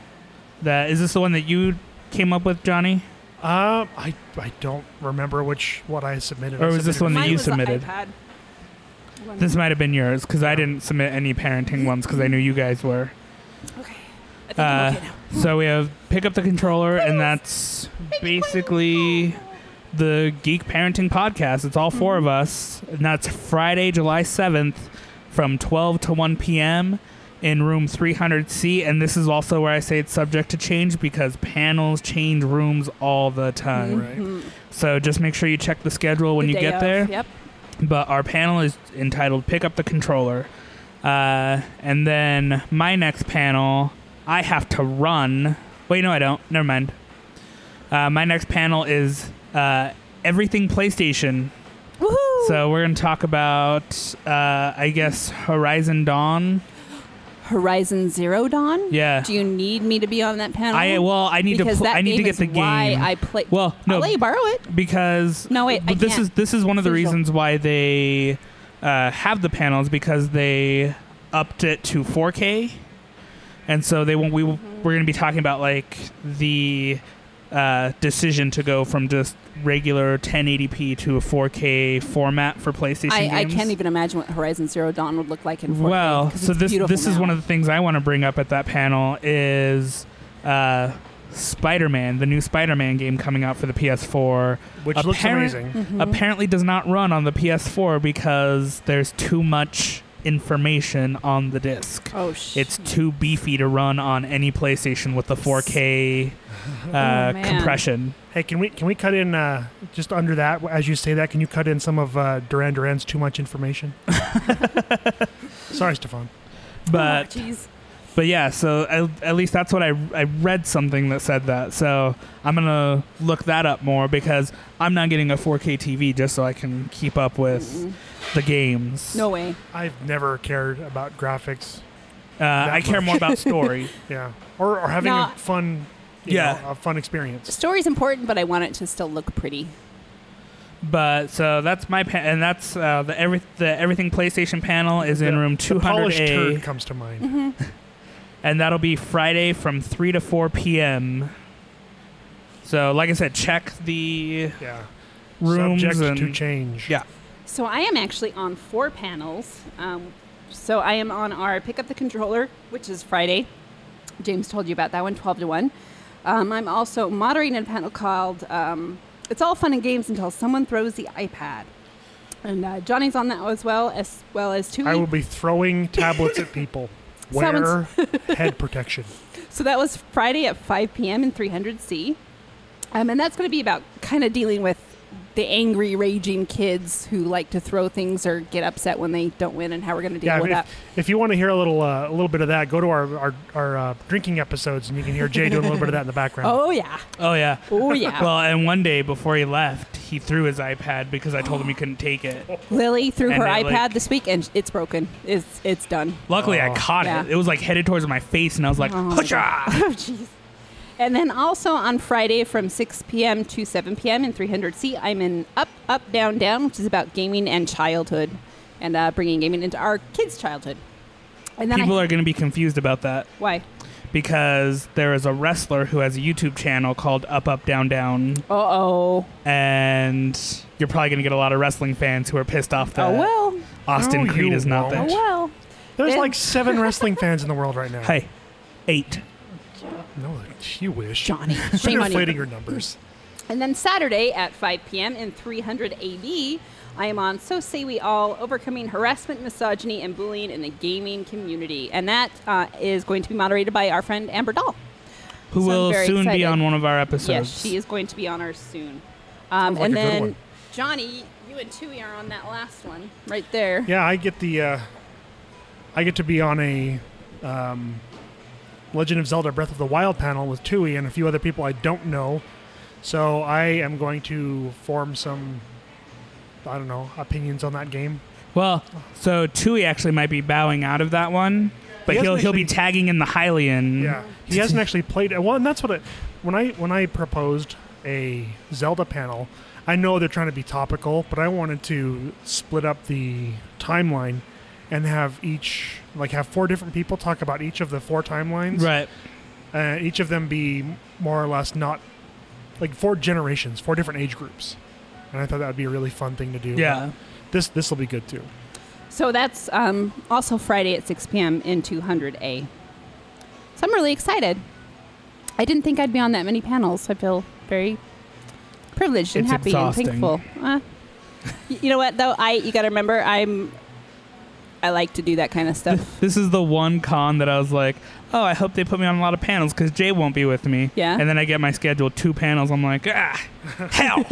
[SPEAKER 2] That is this the one that you came up with, Johnny?
[SPEAKER 3] Um, I I don't remember which what I submitted.
[SPEAKER 2] Or
[SPEAKER 3] I
[SPEAKER 2] was this
[SPEAKER 3] submitted
[SPEAKER 2] one that
[SPEAKER 4] Mine
[SPEAKER 2] you
[SPEAKER 4] was the
[SPEAKER 2] submitted.
[SPEAKER 4] iPad.
[SPEAKER 2] This might have been yours because I didn't submit any parenting ones because I knew you guys were.
[SPEAKER 4] Okay. I think
[SPEAKER 2] Uh,
[SPEAKER 4] I'm okay now.
[SPEAKER 2] so we have pick up the controller, and that's basically the Geek Parenting Podcast. It's all four of us, and that's Friday, July seventh, from twelve to one p.m. in room three hundred C. And this is also where I say it's subject to change because panels change rooms all the time.
[SPEAKER 3] Right.
[SPEAKER 2] So just make sure you check the schedule when
[SPEAKER 4] Mm-hmm.
[SPEAKER 2] you
[SPEAKER 4] The day
[SPEAKER 2] get
[SPEAKER 4] of,
[SPEAKER 2] there
[SPEAKER 4] Yep.
[SPEAKER 2] but our panel is entitled "Pick Up the Controller," uh, and then my next panel, I have to run. Wait, no, I don't. Never mind. Uh, my next panel is uh, everything PlayStation.
[SPEAKER 4] Woohoo!
[SPEAKER 2] So we're gonna talk about, uh, I guess, Horizon Dawn.
[SPEAKER 4] Horizon Zero Dawn.
[SPEAKER 2] Yeah.
[SPEAKER 4] Do you need me to be on that panel?
[SPEAKER 2] I well, I need
[SPEAKER 4] Oh, because
[SPEAKER 2] to. Pl-
[SPEAKER 4] that
[SPEAKER 2] I need to
[SPEAKER 4] game
[SPEAKER 2] get
[SPEAKER 4] is
[SPEAKER 2] the game.
[SPEAKER 4] Why I play?
[SPEAKER 2] Well, no.
[SPEAKER 4] I'll let you borrow it.
[SPEAKER 2] because
[SPEAKER 4] No, wait, I
[SPEAKER 2] this
[SPEAKER 4] can't.
[SPEAKER 2] is this is one of the
[SPEAKER 4] Visual.
[SPEAKER 2] reasons why they uh, have the panels because they upped it to 4K, and so they won't. We will-
[SPEAKER 4] Mm-hmm.
[SPEAKER 2] we're going to be talking about like the uh, decision to go from just regular 1080p to a 4K format for PlayStation
[SPEAKER 4] I, I
[SPEAKER 2] games.
[SPEAKER 4] can't even imagine what Horizon Zero Dawn would look like in 4K.
[SPEAKER 2] Well,
[SPEAKER 4] 'cause
[SPEAKER 2] so
[SPEAKER 4] it's
[SPEAKER 2] this
[SPEAKER 4] beautiful
[SPEAKER 2] this is
[SPEAKER 4] now.
[SPEAKER 2] one of the things I want to bring up at that panel is uh, Spider-Man, the new Spider-Man game coming out for the PS4,
[SPEAKER 3] Which looks
[SPEAKER 2] apparent-
[SPEAKER 3] amazing.
[SPEAKER 4] Mm-hmm.
[SPEAKER 2] Apparently, does not run on the PS4 because there's too much information on the disc.
[SPEAKER 4] oh shit.
[SPEAKER 2] It's too beefy to run on any PlayStation with the 4K uh,
[SPEAKER 4] Oh, man. Oh,
[SPEAKER 2] compression.
[SPEAKER 3] Hey, can we can we cut in uh, just under that as you say that? Can you cut in some of uh, Duran Duran's too
[SPEAKER 2] <laughs>
[SPEAKER 3] much information? Sorry, Stefan.
[SPEAKER 2] But
[SPEAKER 4] oh, jeez.
[SPEAKER 2] But yeah, so at, at least that's what I I read something that said that. So I'm gonna look that up more because I'm not getting a 4K TV just so I can keep up with the games.
[SPEAKER 4] no way.
[SPEAKER 3] I've never cared about graphics.
[SPEAKER 2] uh, I care
[SPEAKER 3] much. <laughs>
[SPEAKER 2] more about story.
[SPEAKER 3] Yeah, or or having
[SPEAKER 4] No.
[SPEAKER 3] a fun. you
[SPEAKER 2] Yeah.
[SPEAKER 3] know, a fun experience.
[SPEAKER 4] Story's important, but I want it to still look pretty.
[SPEAKER 2] but so that's my pa- and that's uh, the every the everything PlayStation panel is in
[SPEAKER 3] The-
[SPEAKER 2] room
[SPEAKER 3] The polished
[SPEAKER 2] 200A,
[SPEAKER 3] turd comes to mind.
[SPEAKER 4] Mm-hmm.
[SPEAKER 2] and that'll be Friday from three to four p.m. So like I said, check the
[SPEAKER 3] Yeah,
[SPEAKER 2] rooms
[SPEAKER 3] subject
[SPEAKER 2] and
[SPEAKER 3] to change.
[SPEAKER 2] yeah.
[SPEAKER 4] So I am actually on four panels. Um, so I am on our pick up the controller, which is Friday. James told you about that one, 12 to 1. Um, I'm also moderating a panel called um, It's All Fun and Games Until Someone Throws the iPad. And uh, Johnny's on that as well, as well as two.
[SPEAKER 3] I will be throwing tablets
[SPEAKER 4] <laughs>
[SPEAKER 3] at people. Wear
[SPEAKER 4] Someone's-
[SPEAKER 3] <laughs> head protection.
[SPEAKER 4] So that was Friday at 5 p.m. in 300C. Um, and that's going to be about kind of dealing with the angry, raging kids who like to throw things or get upset when they don't win and how we're going to <laughs> deal
[SPEAKER 3] Yeah,
[SPEAKER 4] with
[SPEAKER 3] if,
[SPEAKER 4] that.
[SPEAKER 3] if you want to hear a little uh, a little bit of that, go to our our, our uh, drinking episodes, and you can hear Jay doing a little bit of that in the background.
[SPEAKER 4] Oh, yeah.
[SPEAKER 2] Oh yeah.
[SPEAKER 4] Oh,
[SPEAKER 2] <laughs>
[SPEAKER 4] yeah.
[SPEAKER 2] Well, and one day before he left, he threw his iPad because I told him he couldn't take it.
[SPEAKER 4] Lily threw
[SPEAKER 2] And
[SPEAKER 4] her
[SPEAKER 2] they,
[SPEAKER 4] iPad
[SPEAKER 2] like-
[SPEAKER 4] this week and it's broken. It's it's done. <laughs>
[SPEAKER 2] Luckily, I
[SPEAKER 3] Oh.
[SPEAKER 2] caught
[SPEAKER 4] Yeah.
[SPEAKER 2] it. It was like headed towards my face, and I was like,
[SPEAKER 4] my
[SPEAKER 2] "Husha!"
[SPEAKER 4] Oh jeez. And then also on Friday from 6 p.m. to 7 p.m. in 300C, I'm in Up Up Down Down, which is about gaming and childhood. and uh, bringing gaming into our kids' childhood. And <laughs> then I-
[SPEAKER 2] People are going to be confused about that
[SPEAKER 4] why?
[SPEAKER 2] because there is a wrestler who has a YouTube channel called Up Up Down Down,
[SPEAKER 4] Uh oh.
[SPEAKER 2] and you're probably going to get a lot of wrestling fans who are pissed off that
[SPEAKER 4] Oh well.
[SPEAKER 2] Austin
[SPEAKER 3] No,
[SPEAKER 2] Creed
[SPEAKER 3] you
[SPEAKER 2] is not
[SPEAKER 4] Oh
[SPEAKER 3] won't.
[SPEAKER 2] there.
[SPEAKER 4] well.
[SPEAKER 3] There's
[SPEAKER 4] Yeah.
[SPEAKER 3] like seven wrestling fans in the world right now.
[SPEAKER 2] Hey, eight.
[SPEAKER 3] No, you wish.
[SPEAKER 4] Johnny.
[SPEAKER 3] <laughs> You're
[SPEAKER 4] Shame on
[SPEAKER 3] inflating
[SPEAKER 4] you.
[SPEAKER 3] your numbers.
[SPEAKER 4] And then Saturday at 5 p.m. in 300 AD, I am on So Say We All Overcoming Harassment, Misogyny, and Bullying in the Gaming Community. And that uh, is going to be moderated by our friend Amber Dahl.
[SPEAKER 2] Who
[SPEAKER 4] So I'm
[SPEAKER 2] will
[SPEAKER 4] very
[SPEAKER 2] soon be
[SPEAKER 4] excited.
[SPEAKER 2] on one of our episodes.
[SPEAKER 4] Yes, she is going to be on ours soon. Um,
[SPEAKER 3] Sounds like
[SPEAKER 4] and
[SPEAKER 3] a good
[SPEAKER 4] then,
[SPEAKER 3] one.
[SPEAKER 4] Johnny, you and Tui are on that last one right there.
[SPEAKER 3] Yeah, I get the. Uh, I get to be on a um, Legend of Zelda Breath of the Wild panel with Tui and a few other people I don't know. So I am going to form some, I don't know, opinions on that game.
[SPEAKER 2] Well, so Tui actually might be bowing out of that one, but
[SPEAKER 3] He hasn't
[SPEAKER 2] he'll he'll be
[SPEAKER 3] actually-
[SPEAKER 2] tagging in the Hylian.
[SPEAKER 3] Yeah, he hasn't actually played it. Well, and that's what it. When I when I proposed a Zelda panel, I know they're trying to be topical, but I wanted to split up the timeline and have each like have four different people talk about each of the four timelines.
[SPEAKER 2] Right.
[SPEAKER 3] Uh, each of them be more or less not like four generations, four different age groups. And I thought that would be a really fun thing to do.
[SPEAKER 2] Yeah.
[SPEAKER 3] This this will be good too.
[SPEAKER 4] So that's um, also Friday at 6 p.m. in 200A. So I'm really excited. I didn't think I'd be on that many panels. so I feel very privileged and
[SPEAKER 2] It's
[SPEAKER 4] happy
[SPEAKER 2] exhausting.
[SPEAKER 4] and thankful. Uh, y- you know what though? I you got to remember I'm I like to do that kind of
[SPEAKER 2] <laughs>
[SPEAKER 4] stuff.
[SPEAKER 2] This is the one con that I was like, oh, I hope they put me on a lot of panels because Jay won't be with me.
[SPEAKER 4] Yeah.
[SPEAKER 2] And then I get my schedule two panels. I'm like,
[SPEAKER 3] <laughs>
[SPEAKER 2] ah, hell.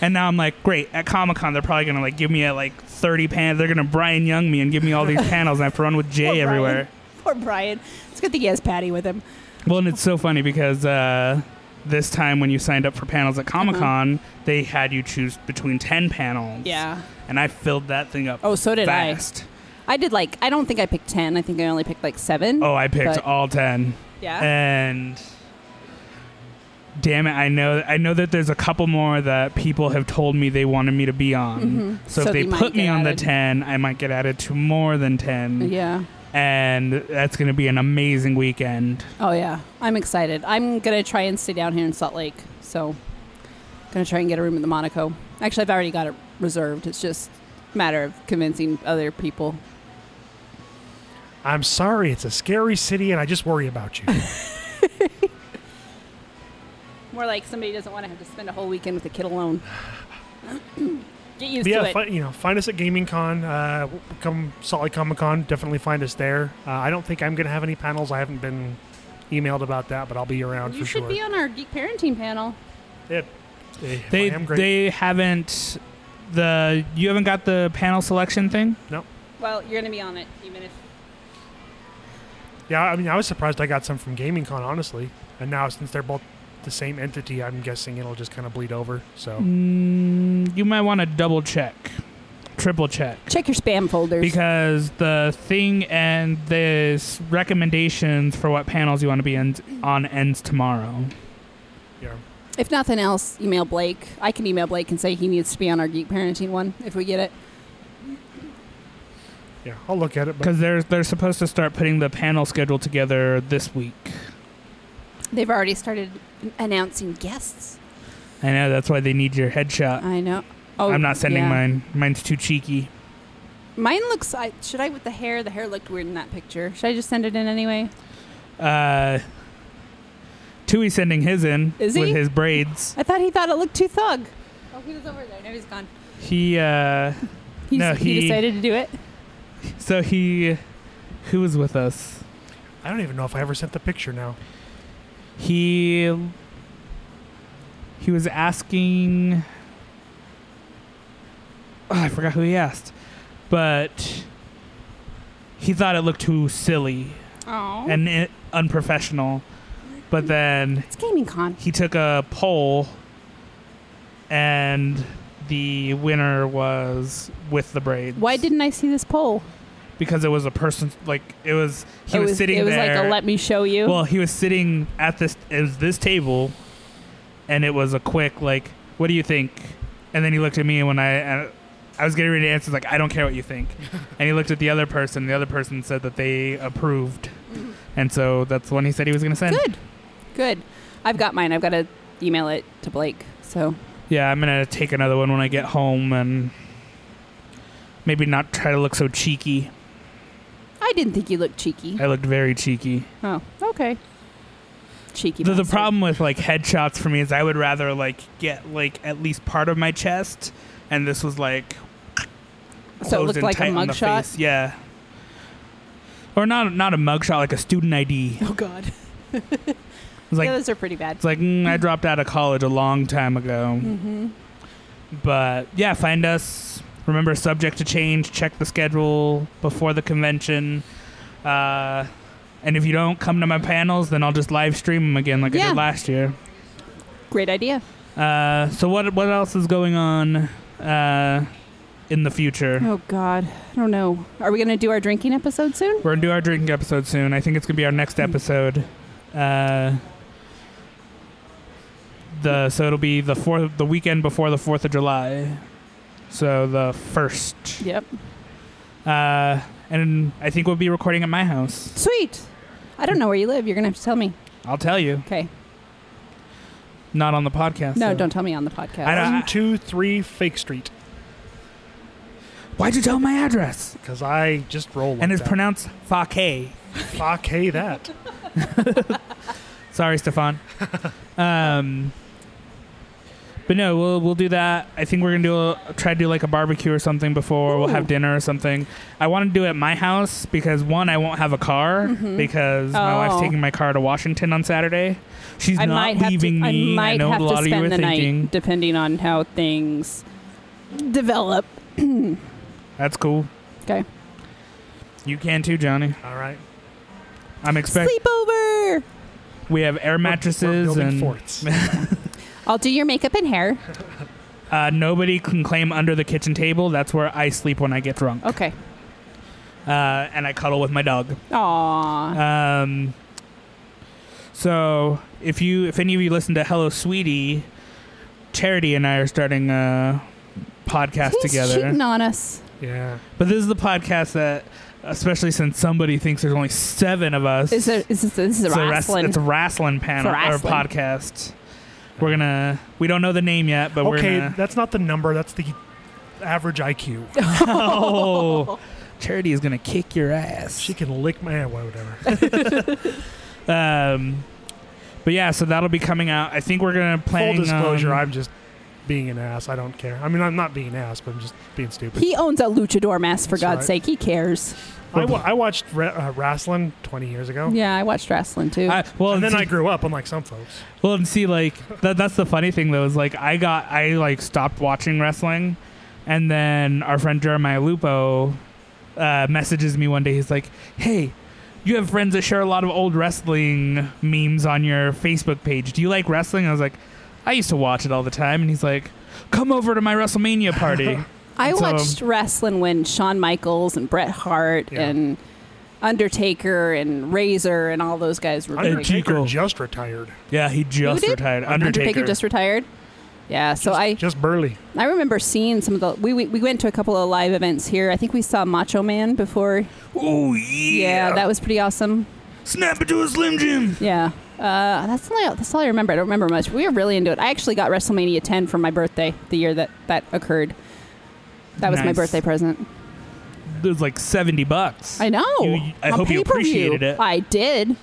[SPEAKER 2] and now I'm like, great. At Comic Con, they're probably gonna like give me a like 30 panels. They're gonna Brian Young me and give me all
[SPEAKER 3] <laughs>
[SPEAKER 2] these panels, and I have to run with Jay
[SPEAKER 4] Poor Brian.
[SPEAKER 2] everywhere.
[SPEAKER 4] Poor Brian. It's a good thing he has Patty with him.
[SPEAKER 2] Well, and it's so funny because uh, this time when you signed up for panels at
[SPEAKER 4] Uh-huh.
[SPEAKER 2] Comic Con, they had you choose between 10 panels.
[SPEAKER 4] Yeah.
[SPEAKER 2] And I filled that thing up.
[SPEAKER 4] Oh, so did I.
[SPEAKER 2] fast.
[SPEAKER 4] I did like I don't think I picked 10. I think I only picked like 7.
[SPEAKER 2] Oh, I picked
[SPEAKER 4] But-
[SPEAKER 2] all 10.
[SPEAKER 4] Yeah.
[SPEAKER 2] And damn it, I know I know that there's a couple more that people have told me they wanted me to be on. So,
[SPEAKER 4] Mm-hmm. So
[SPEAKER 2] if they,
[SPEAKER 4] they might
[SPEAKER 2] put me
[SPEAKER 4] get
[SPEAKER 2] on
[SPEAKER 4] added.
[SPEAKER 2] the 10, I might get added to more than 10.
[SPEAKER 4] yeah.
[SPEAKER 2] And that's going to be an amazing weekend.
[SPEAKER 4] Oh yeah, I'm excited. I'm gonna try and stay down here in Salt Lake, so gonna try and get a room at the Monaco. Actually, I've already got it reserved. It's just a matter of convincing other people.
[SPEAKER 3] I'm sorry, it's a scary city, and I just
[SPEAKER 4] <laughs>
[SPEAKER 3] worry about you.
[SPEAKER 4] More like somebody doesn't want to have to spend a whole weekend with a kid alone. <coughs> Get used to
[SPEAKER 3] But yeah,
[SPEAKER 4] it.
[SPEAKER 3] fi- you know, find us at Gaming Con. Uh, w- come Salt Lake Comic Con. Definitely find us there. Uh, I don't think I'm going to have any panels. I haven't been emailed about that, but I'll be around
[SPEAKER 4] you
[SPEAKER 3] for
[SPEAKER 4] should
[SPEAKER 3] sure.
[SPEAKER 4] be on our geek parenting panel.
[SPEAKER 3] It- eh, if
[SPEAKER 2] They
[SPEAKER 3] I am great.
[SPEAKER 2] they haven't the you haven't got the panel selection thing.
[SPEAKER 3] no.
[SPEAKER 4] Well, you're gonna be on it, even if
[SPEAKER 3] Yeah, I mean, I was surprised I got some from Gaming Con, honestly. And now, since they're both the same entity, I'm guessing it'll just kind of bleed over. So
[SPEAKER 2] Mm, you might want to double check, triple check,
[SPEAKER 4] check your spam folders.
[SPEAKER 2] because the thing and this recommendations for what panels you want to be in, on ends tomorrow.
[SPEAKER 3] yeah,
[SPEAKER 4] if nothing else, email Blake. I can email Blake and say he needs to be on our geek parenting one if we get it.
[SPEAKER 3] yeah, I'll look at it. But
[SPEAKER 2] Because they're they're supposed to start putting the panel schedule together this week.
[SPEAKER 4] They've already started announcing guests.
[SPEAKER 2] I know that's why they need your headshot.
[SPEAKER 4] I know. Oh,
[SPEAKER 2] I'm not sending
[SPEAKER 4] yeah.
[SPEAKER 2] mine. Mine's too cheeky.
[SPEAKER 4] Mine looks. I, should I with the hair? The hair looked weird in that picture. Should I just send it in anyway?
[SPEAKER 2] Uh, Tui's sending his in
[SPEAKER 4] Is
[SPEAKER 2] with
[SPEAKER 4] he?
[SPEAKER 2] his braids.
[SPEAKER 4] I thought he thought it looked too thug. Oh, he was over there. Now he's gone.
[SPEAKER 2] He uh
[SPEAKER 4] He,
[SPEAKER 2] No,
[SPEAKER 4] he,
[SPEAKER 2] he-
[SPEAKER 4] decided to do it.
[SPEAKER 2] so he who was with us?
[SPEAKER 3] I don't even know if I ever sent the picture now.
[SPEAKER 2] He he was asking oh, I forgot who he asked. But he thought it looked too silly
[SPEAKER 4] Oh,
[SPEAKER 2] and i unprofessional. But then
[SPEAKER 4] it's gaming con.
[SPEAKER 2] he took a poll and the winner was with the braids.
[SPEAKER 4] Why didn't I see this poll?
[SPEAKER 2] because it was a person like it was he
[SPEAKER 4] it
[SPEAKER 2] was, sitting
[SPEAKER 4] It was
[SPEAKER 2] there
[SPEAKER 4] like a let me show you.
[SPEAKER 2] well he was sitting at this it was this table and it was a quick like what do you think and then he looked at me when i uh, I was getting ready to answer, like, I don't care what you think. And he looked at the other person. The other person said that they approved. And so that's when he said he was going to send.
[SPEAKER 4] Good. Good. I've got mine. I've got to email it to Blake. So
[SPEAKER 2] Yeah, I'm going to take another one when I get home and maybe not try to look so cheeky.
[SPEAKER 4] I didn't think you looked cheeky.
[SPEAKER 2] I looked very cheeky.
[SPEAKER 4] Oh, okay. Cheeky.
[SPEAKER 2] The, the
[SPEAKER 4] bastard.
[SPEAKER 2] problem with like headshots for me is I would rather like get like at least part of my chest, and this was like
[SPEAKER 4] So it
[SPEAKER 2] closed
[SPEAKER 4] looked
[SPEAKER 2] and
[SPEAKER 4] like a
[SPEAKER 2] tight on the
[SPEAKER 4] mugshot.
[SPEAKER 2] face. Yeah, or not not a mugshot like a student ID.
[SPEAKER 4] Oh God.
[SPEAKER 2] It's like
[SPEAKER 4] yeah, those are pretty bad.
[SPEAKER 2] it's like mm, I dropped out of college a long time ago.
[SPEAKER 4] Mm-hmm.
[SPEAKER 2] But yeah, find us. Remember, subject to change. Check the schedule before the convention. Uh, and if you don't come to my panels, then I'll just live stream them again like I
[SPEAKER 4] Yeah.
[SPEAKER 2] did last year.
[SPEAKER 4] Great idea.
[SPEAKER 2] Uh, so what what else is going on uh, in the future?
[SPEAKER 4] Oh God. I don't know. Are we gonna do our drinking episode soon?
[SPEAKER 2] We're gonna do our drinking episode soon. I think it's gonna be our
[SPEAKER 4] Hmm.
[SPEAKER 2] next episode. Uh, the so it'll be the fourth the weekend before the Fourth of July, so the first.
[SPEAKER 4] Yep.
[SPEAKER 2] Uh, and I think we'll be recording at my house.
[SPEAKER 4] Sweet. I don't know where you live. You're gonna have to tell me.
[SPEAKER 2] I'll tell you,
[SPEAKER 4] Okay.
[SPEAKER 2] not on the podcast.
[SPEAKER 4] No,
[SPEAKER 2] though.
[SPEAKER 4] don't tell me on the podcast.
[SPEAKER 2] I don't-
[SPEAKER 3] One, two, three, Fake Street.
[SPEAKER 2] Why'd you tell my address?
[SPEAKER 3] Because I just roll. Like
[SPEAKER 2] and it's
[SPEAKER 3] that.
[SPEAKER 2] pronounced Fake.
[SPEAKER 3] Fuck, hey, that.
[SPEAKER 2] Sorry,
[SPEAKER 4] <laughs>
[SPEAKER 2] Stefan. um, but no, we'll we'll do that. I think we're gonna do a, try to do like a barbecue or something before. We'll have dinner or something. I want to do it at my house because one, I won't have a car because my wife's
[SPEAKER 4] Mm-hmm. Oh.
[SPEAKER 2] taking my car to Washington on Saturday. She's
[SPEAKER 4] I
[SPEAKER 2] not
[SPEAKER 4] might have to.
[SPEAKER 2] leaving
[SPEAKER 4] I
[SPEAKER 2] me.
[SPEAKER 4] might
[SPEAKER 2] know
[SPEAKER 4] have
[SPEAKER 2] a lot
[SPEAKER 4] to
[SPEAKER 2] of you
[SPEAKER 4] spend
[SPEAKER 2] are
[SPEAKER 4] the
[SPEAKER 2] thinking
[SPEAKER 4] night, depending on how things develop.
[SPEAKER 2] that's cool.
[SPEAKER 4] Okay.
[SPEAKER 2] You can too, Johnny.
[SPEAKER 3] All right.
[SPEAKER 2] I'm expect.
[SPEAKER 4] Sleepover.
[SPEAKER 2] We have air
[SPEAKER 3] We're-
[SPEAKER 2] mattresses
[SPEAKER 3] we're building
[SPEAKER 2] and <laughs>
[SPEAKER 3] forts.
[SPEAKER 4] I'll do your makeup and hair.
[SPEAKER 2] Uh, nobody can claim under the kitchen table. That's where I sleep when I get drunk,
[SPEAKER 4] Okay.
[SPEAKER 2] uh, and I cuddle with my dog.
[SPEAKER 4] Aw.
[SPEAKER 2] Um, so if you, if any of you listen to Hello Sweetie, Charity and I are starting a podcast
[SPEAKER 4] He's
[SPEAKER 2] together.
[SPEAKER 4] cheating on us.
[SPEAKER 3] yeah.
[SPEAKER 2] But this is the podcast that, especially since somebody thinks there's only seven of us,
[SPEAKER 4] Is there, is this, this is a
[SPEAKER 2] it's a wrestling,
[SPEAKER 4] wrestling.
[SPEAKER 2] it's a wrestling panel
[SPEAKER 4] It's a wrestling.
[SPEAKER 2] or podcast. We're gonna. We don't know the name yet, but we're
[SPEAKER 3] Okay,
[SPEAKER 2] gonna.
[SPEAKER 3] that's not the number. That's the average IQ.
[SPEAKER 2] <laughs> Oh, Charity is gonna kick your ass.
[SPEAKER 3] She can lick my eh, well, whatever.
[SPEAKER 2] Um, but yeah, so that'll be coming out. I think we're gonna plan. um,
[SPEAKER 3] Full disclosure,
[SPEAKER 2] on-
[SPEAKER 3] I'm just being an ass. I don't care. I mean, I'm not being an ass, but I'm just being stupid.
[SPEAKER 4] he owns a luchador mask, for
[SPEAKER 3] That's
[SPEAKER 4] God's
[SPEAKER 3] right.
[SPEAKER 4] sake. He cares.
[SPEAKER 3] I, wa- I watched re- uh, wrestling 20 years ago.
[SPEAKER 4] Yeah, Oh, I watched wrestling too.
[SPEAKER 2] I, well,
[SPEAKER 3] And then
[SPEAKER 2] see-
[SPEAKER 3] I grew up, unlike some folks.
[SPEAKER 2] Well, and see, like that, that's the funny thing though is like I got I like stopped watching wrestling, and then our friend Jeremiah Lupo uh, messages me one day. He's like, "Hey, you have friends that share a lot of old wrestling memes on your Facebook page. Do you like wrestling?" I was like, "I used to watch it all the time." And he's like, "Come over to my WrestleMania party."
[SPEAKER 4] I
[SPEAKER 2] so-
[SPEAKER 4] watched wrestling when Shawn Michaels and Bret Hart
[SPEAKER 3] Yeah.
[SPEAKER 4] and Undertaker and Razor and all those guys were big.
[SPEAKER 3] Undertaker
[SPEAKER 2] Chico.
[SPEAKER 3] just retired.
[SPEAKER 2] yeah, he
[SPEAKER 4] Who
[SPEAKER 2] just
[SPEAKER 4] did?
[SPEAKER 2] retired.
[SPEAKER 4] Undertaker.
[SPEAKER 2] Undertaker.
[SPEAKER 4] just retired. Yeah, so
[SPEAKER 3] Just-
[SPEAKER 4] I
[SPEAKER 3] Just Burley.
[SPEAKER 4] I remember seeing some of the we, we we went to a couple of live events here. I think we saw Macho Man before.
[SPEAKER 2] oh
[SPEAKER 4] Yeah,
[SPEAKER 2] yeah,
[SPEAKER 4] that was pretty awesome.
[SPEAKER 2] snap into a slim jim.
[SPEAKER 4] Yeah, uh, that's all. I, that's all I remember. I don't remember much. We were really into it. I actually got WrestleMania 10 for my birthday the year that that occurred. That was my
[SPEAKER 2] Nice.
[SPEAKER 4] birthday present.
[SPEAKER 2] It was like seventy bucks.
[SPEAKER 4] I know.
[SPEAKER 2] You- I
[SPEAKER 4] on
[SPEAKER 2] hope you
[SPEAKER 4] pay-per-view.
[SPEAKER 2] appreciated it.
[SPEAKER 4] I did.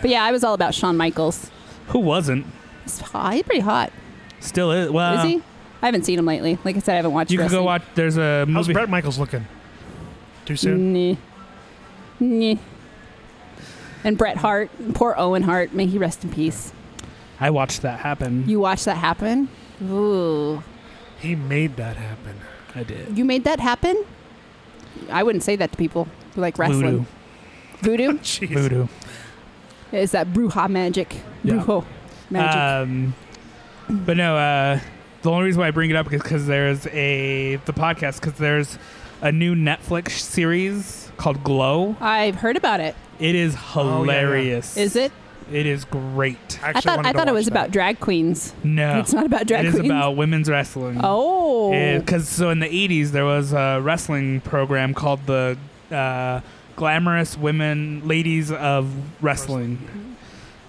[SPEAKER 4] But yeah, I was all about Shawn Michaels.
[SPEAKER 2] Who wasn't?
[SPEAKER 4] He's hot. He's pretty hot.
[SPEAKER 2] Still is. Well,
[SPEAKER 4] Is he? I haven't seen him lately. Like I said, I haven't watched.
[SPEAKER 2] Uh, You could
[SPEAKER 4] wrestling.
[SPEAKER 2] go watch. There's a
[SPEAKER 3] How's
[SPEAKER 2] movie.
[SPEAKER 3] Brett Michaels looking? Too soon?
[SPEAKER 4] Nah. Nah. And Bret Hart, poor Owen Hart, may he rest in peace.
[SPEAKER 2] I watched that happen.
[SPEAKER 4] You watched that happen? Ooh.
[SPEAKER 3] He made that happen. <laughs>
[SPEAKER 2] I did.
[SPEAKER 4] You made that happen? I wouldn't say that to people who like wrestling. Voodoo?
[SPEAKER 3] Jeez.
[SPEAKER 2] Voodoo.
[SPEAKER 4] Is that bruja magic?
[SPEAKER 2] Yeah.
[SPEAKER 4] Brujo magic.
[SPEAKER 2] Um, but no. Uh, the only reason why I bring it up is because there's a the podcast because there's a new Netflix series called Glow.
[SPEAKER 4] I've heard about it.
[SPEAKER 2] It is
[SPEAKER 3] yeah, yeah.
[SPEAKER 2] hilarious.
[SPEAKER 4] Is it?
[SPEAKER 2] It is great.
[SPEAKER 4] I
[SPEAKER 3] I, actually
[SPEAKER 4] thought
[SPEAKER 3] wanted
[SPEAKER 4] I
[SPEAKER 3] to
[SPEAKER 4] thought it
[SPEAKER 3] watch
[SPEAKER 4] was
[SPEAKER 3] that.
[SPEAKER 4] about drag queens.
[SPEAKER 2] No,
[SPEAKER 4] It's not about drag
[SPEAKER 2] It is
[SPEAKER 4] queens?
[SPEAKER 2] about women's wrestling.
[SPEAKER 4] Oh,
[SPEAKER 2] because so in the '80s there was a wrestling program called the uh, Glamorous Women Ladies of Wrestling,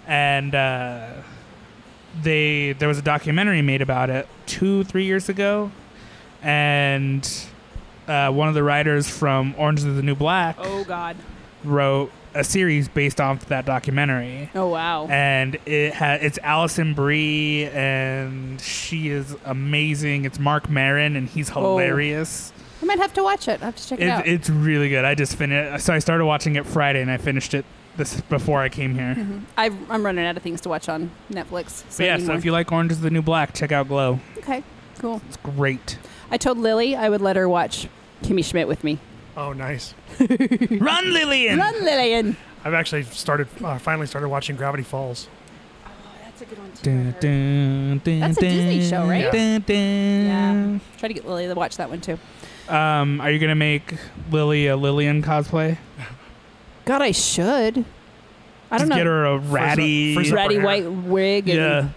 [SPEAKER 2] and uh, they there was a documentary made about it two three years ago, and uh, one of the writers from Orange is the New Black
[SPEAKER 4] oh god,
[SPEAKER 2] wrote a series based off that documentary
[SPEAKER 4] oh wow.
[SPEAKER 2] and it ha- it's Allison Brie, and she is amazing. It's Mark Marin, and he's hilarious.
[SPEAKER 4] I might have to watch it. I have to check it, out.
[SPEAKER 2] It, it's really good. I just finished. So I started watching it Friday, and I finished it this before I came here.
[SPEAKER 4] <laughs> i I'm running out of things to watch on Netflix. So
[SPEAKER 2] But yeah,
[SPEAKER 4] I need
[SPEAKER 2] so
[SPEAKER 4] more.
[SPEAKER 2] if you like Orange Is the New Black, check out Glow.
[SPEAKER 4] okay, cool.
[SPEAKER 2] It's
[SPEAKER 4] <laughs>
[SPEAKER 2] great.
[SPEAKER 4] I told Lily I would let her watch Kimmy Schmidt with me.
[SPEAKER 3] Oh, nice.
[SPEAKER 2] Run, Lillian.
[SPEAKER 4] Run, Lillian.
[SPEAKER 3] I've actually started, uh, finally started watching Gravity Falls.
[SPEAKER 4] Oh, That's a good one
[SPEAKER 2] Dun, dun, dun,
[SPEAKER 4] That's a Disney
[SPEAKER 2] dun,
[SPEAKER 4] show, right?
[SPEAKER 2] dun,
[SPEAKER 4] Yeah.
[SPEAKER 2] dun.
[SPEAKER 4] Try to get Lily to watch that one too.
[SPEAKER 2] Um, are you gonna make Lily a Lillian cosplay?
[SPEAKER 4] God, I should. I don't
[SPEAKER 2] just
[SPEAKER 4] know.
[SPEAKER 2] Get her a
[SPEAKER 3] a-
[SPEAKER 2] ratty,
[SPEAKER 3] for a-
[SPEAKER 4] ratty
[SPEAKER 3] Zipper hair.
[SPEAKER 4] white wig. And
[SPEAKER 2] yeah,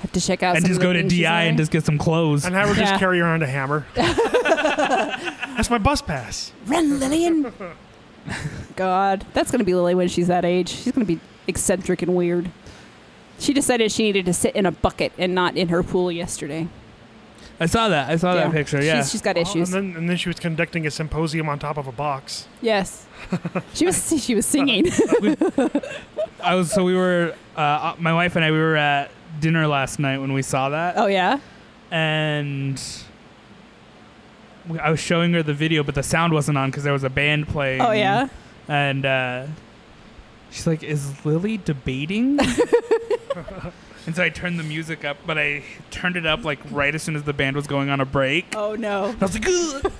[SPEAKER 4] Have to check out.
[SPEAKER 2] and
[SPEAKER 4] some
[SPEAKER 2] just
[SPEAKER 4] of the
[SPEAKER 2] go to
[SPEAKER 4] things she's
[SPEAKER 2] DI and
[SPEAKER 4] wearing.
[SPEAKER 2] just get some clothes.
[SPEAKER 3] And I would
[SPEAKER 4] Yeah.
[SPEAKER 3] just carry around
[SPEAKER 4] <laughs>
[SPEAKER 3] a hammer. That's my bus pass.
[SPEAKER 4] run, Lillian. <laughs> God, that's gonna be Lily when she's that age. She's gonna be eccentric and weird. She decided she needed to sit in a bucket and not in her pool yesterday.
[SPEAKER 2] I saw that. I saw Oh, that picture. Yeah. Oh,
[SPEAKER 4] she's, she's got issues.
[SPEAKER 3] and, then, and then she was conducting a symposium on top of a box.
[SPEAKER 2] <laughs>
[SPEAKER 4] yes, she was <laughs> she was singing.
[SPEAKER 2] I was so we were uh, uh, my wife and I we were at dinner last night when we saw that
[SPEAKER 4] oh yeah,
[SPEAKER 2] and we, I was showing her the video but the sound wasn't on cuz there was a band playing.
[SPEAKER 4] oh yeah.
[SPEAKER 2] And uh, she's like is Lily
[SPEAKER 4] <laughs>
[SPEAKER 2] debating? and so I turned the music up but I turned it up like right as soon as the band was going on a break.
[SPEAKER 4] Oh no.
[SPEAKER 2] And I was like
[SPEAKER 4] <laughs>
[SPEAKER 2] Ugh!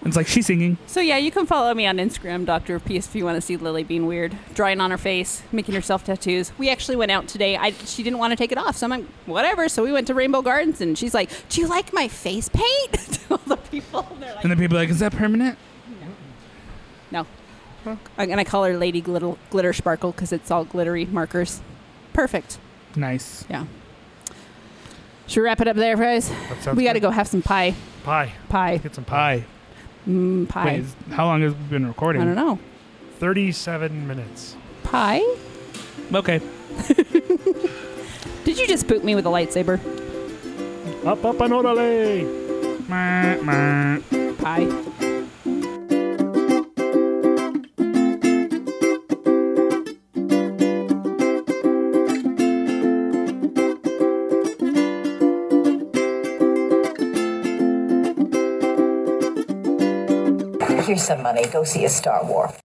[SPEAKER 2] And It's like she's singing.
[SPEAKER 4] So yeah, you can follow me on Instagram, Doctor of Peace, if you want to see Lily being weird, drawing on her face, making herself tattoos. We actually went out today. I she didn't want to take it off, so I'm like, whatever. So we went to Rainbow Gardens, and she's like, "Do you like my face paint?" <laughs> to all the people, and they're like,
[SPEAKER 2] And the people are like is that permanent?
[SPEAKER 4] "No." I'm gonna call her Lady Glitter, glitter Sparkle because it's all glittery markers. Perfect.
[SPEAKER 2] Nice.
[SPEAKER 4] Yeah. Should we wrap it up there, guys?
[SPEAKER 3] That sounds
[SPEAKER 4] We got to
[SPEAKER 3] good.
[SPEAKER 4] go have some pie.
[SPEAKER 3] Pie.
[SPEAKER 4] Pie.
[SPEAKER 3] Get some pie.
[SPEAKER 2] Hi.
[SPEAKER 4] Mm,
[SPEAKER 2] Wait,
[SPEAKER 4] pie.
[SPEAKER 2] is- how long has it been recording?
[SPEAKER 4] I don't know.
[SPEAKER 3] 37 minutes.
[SPEAKER 4] Pie?
[SPEAKER 2] Okay.
[SPEAKER 4] Did you just boot me with a lightsaber?
[SPEAKER 3] Up, up, and orale.
[SPEAKER 2] Meh, meh.
[SPEAKER 4] Pie.
[SPEAKER 5] Here's some money. Go see a Star War.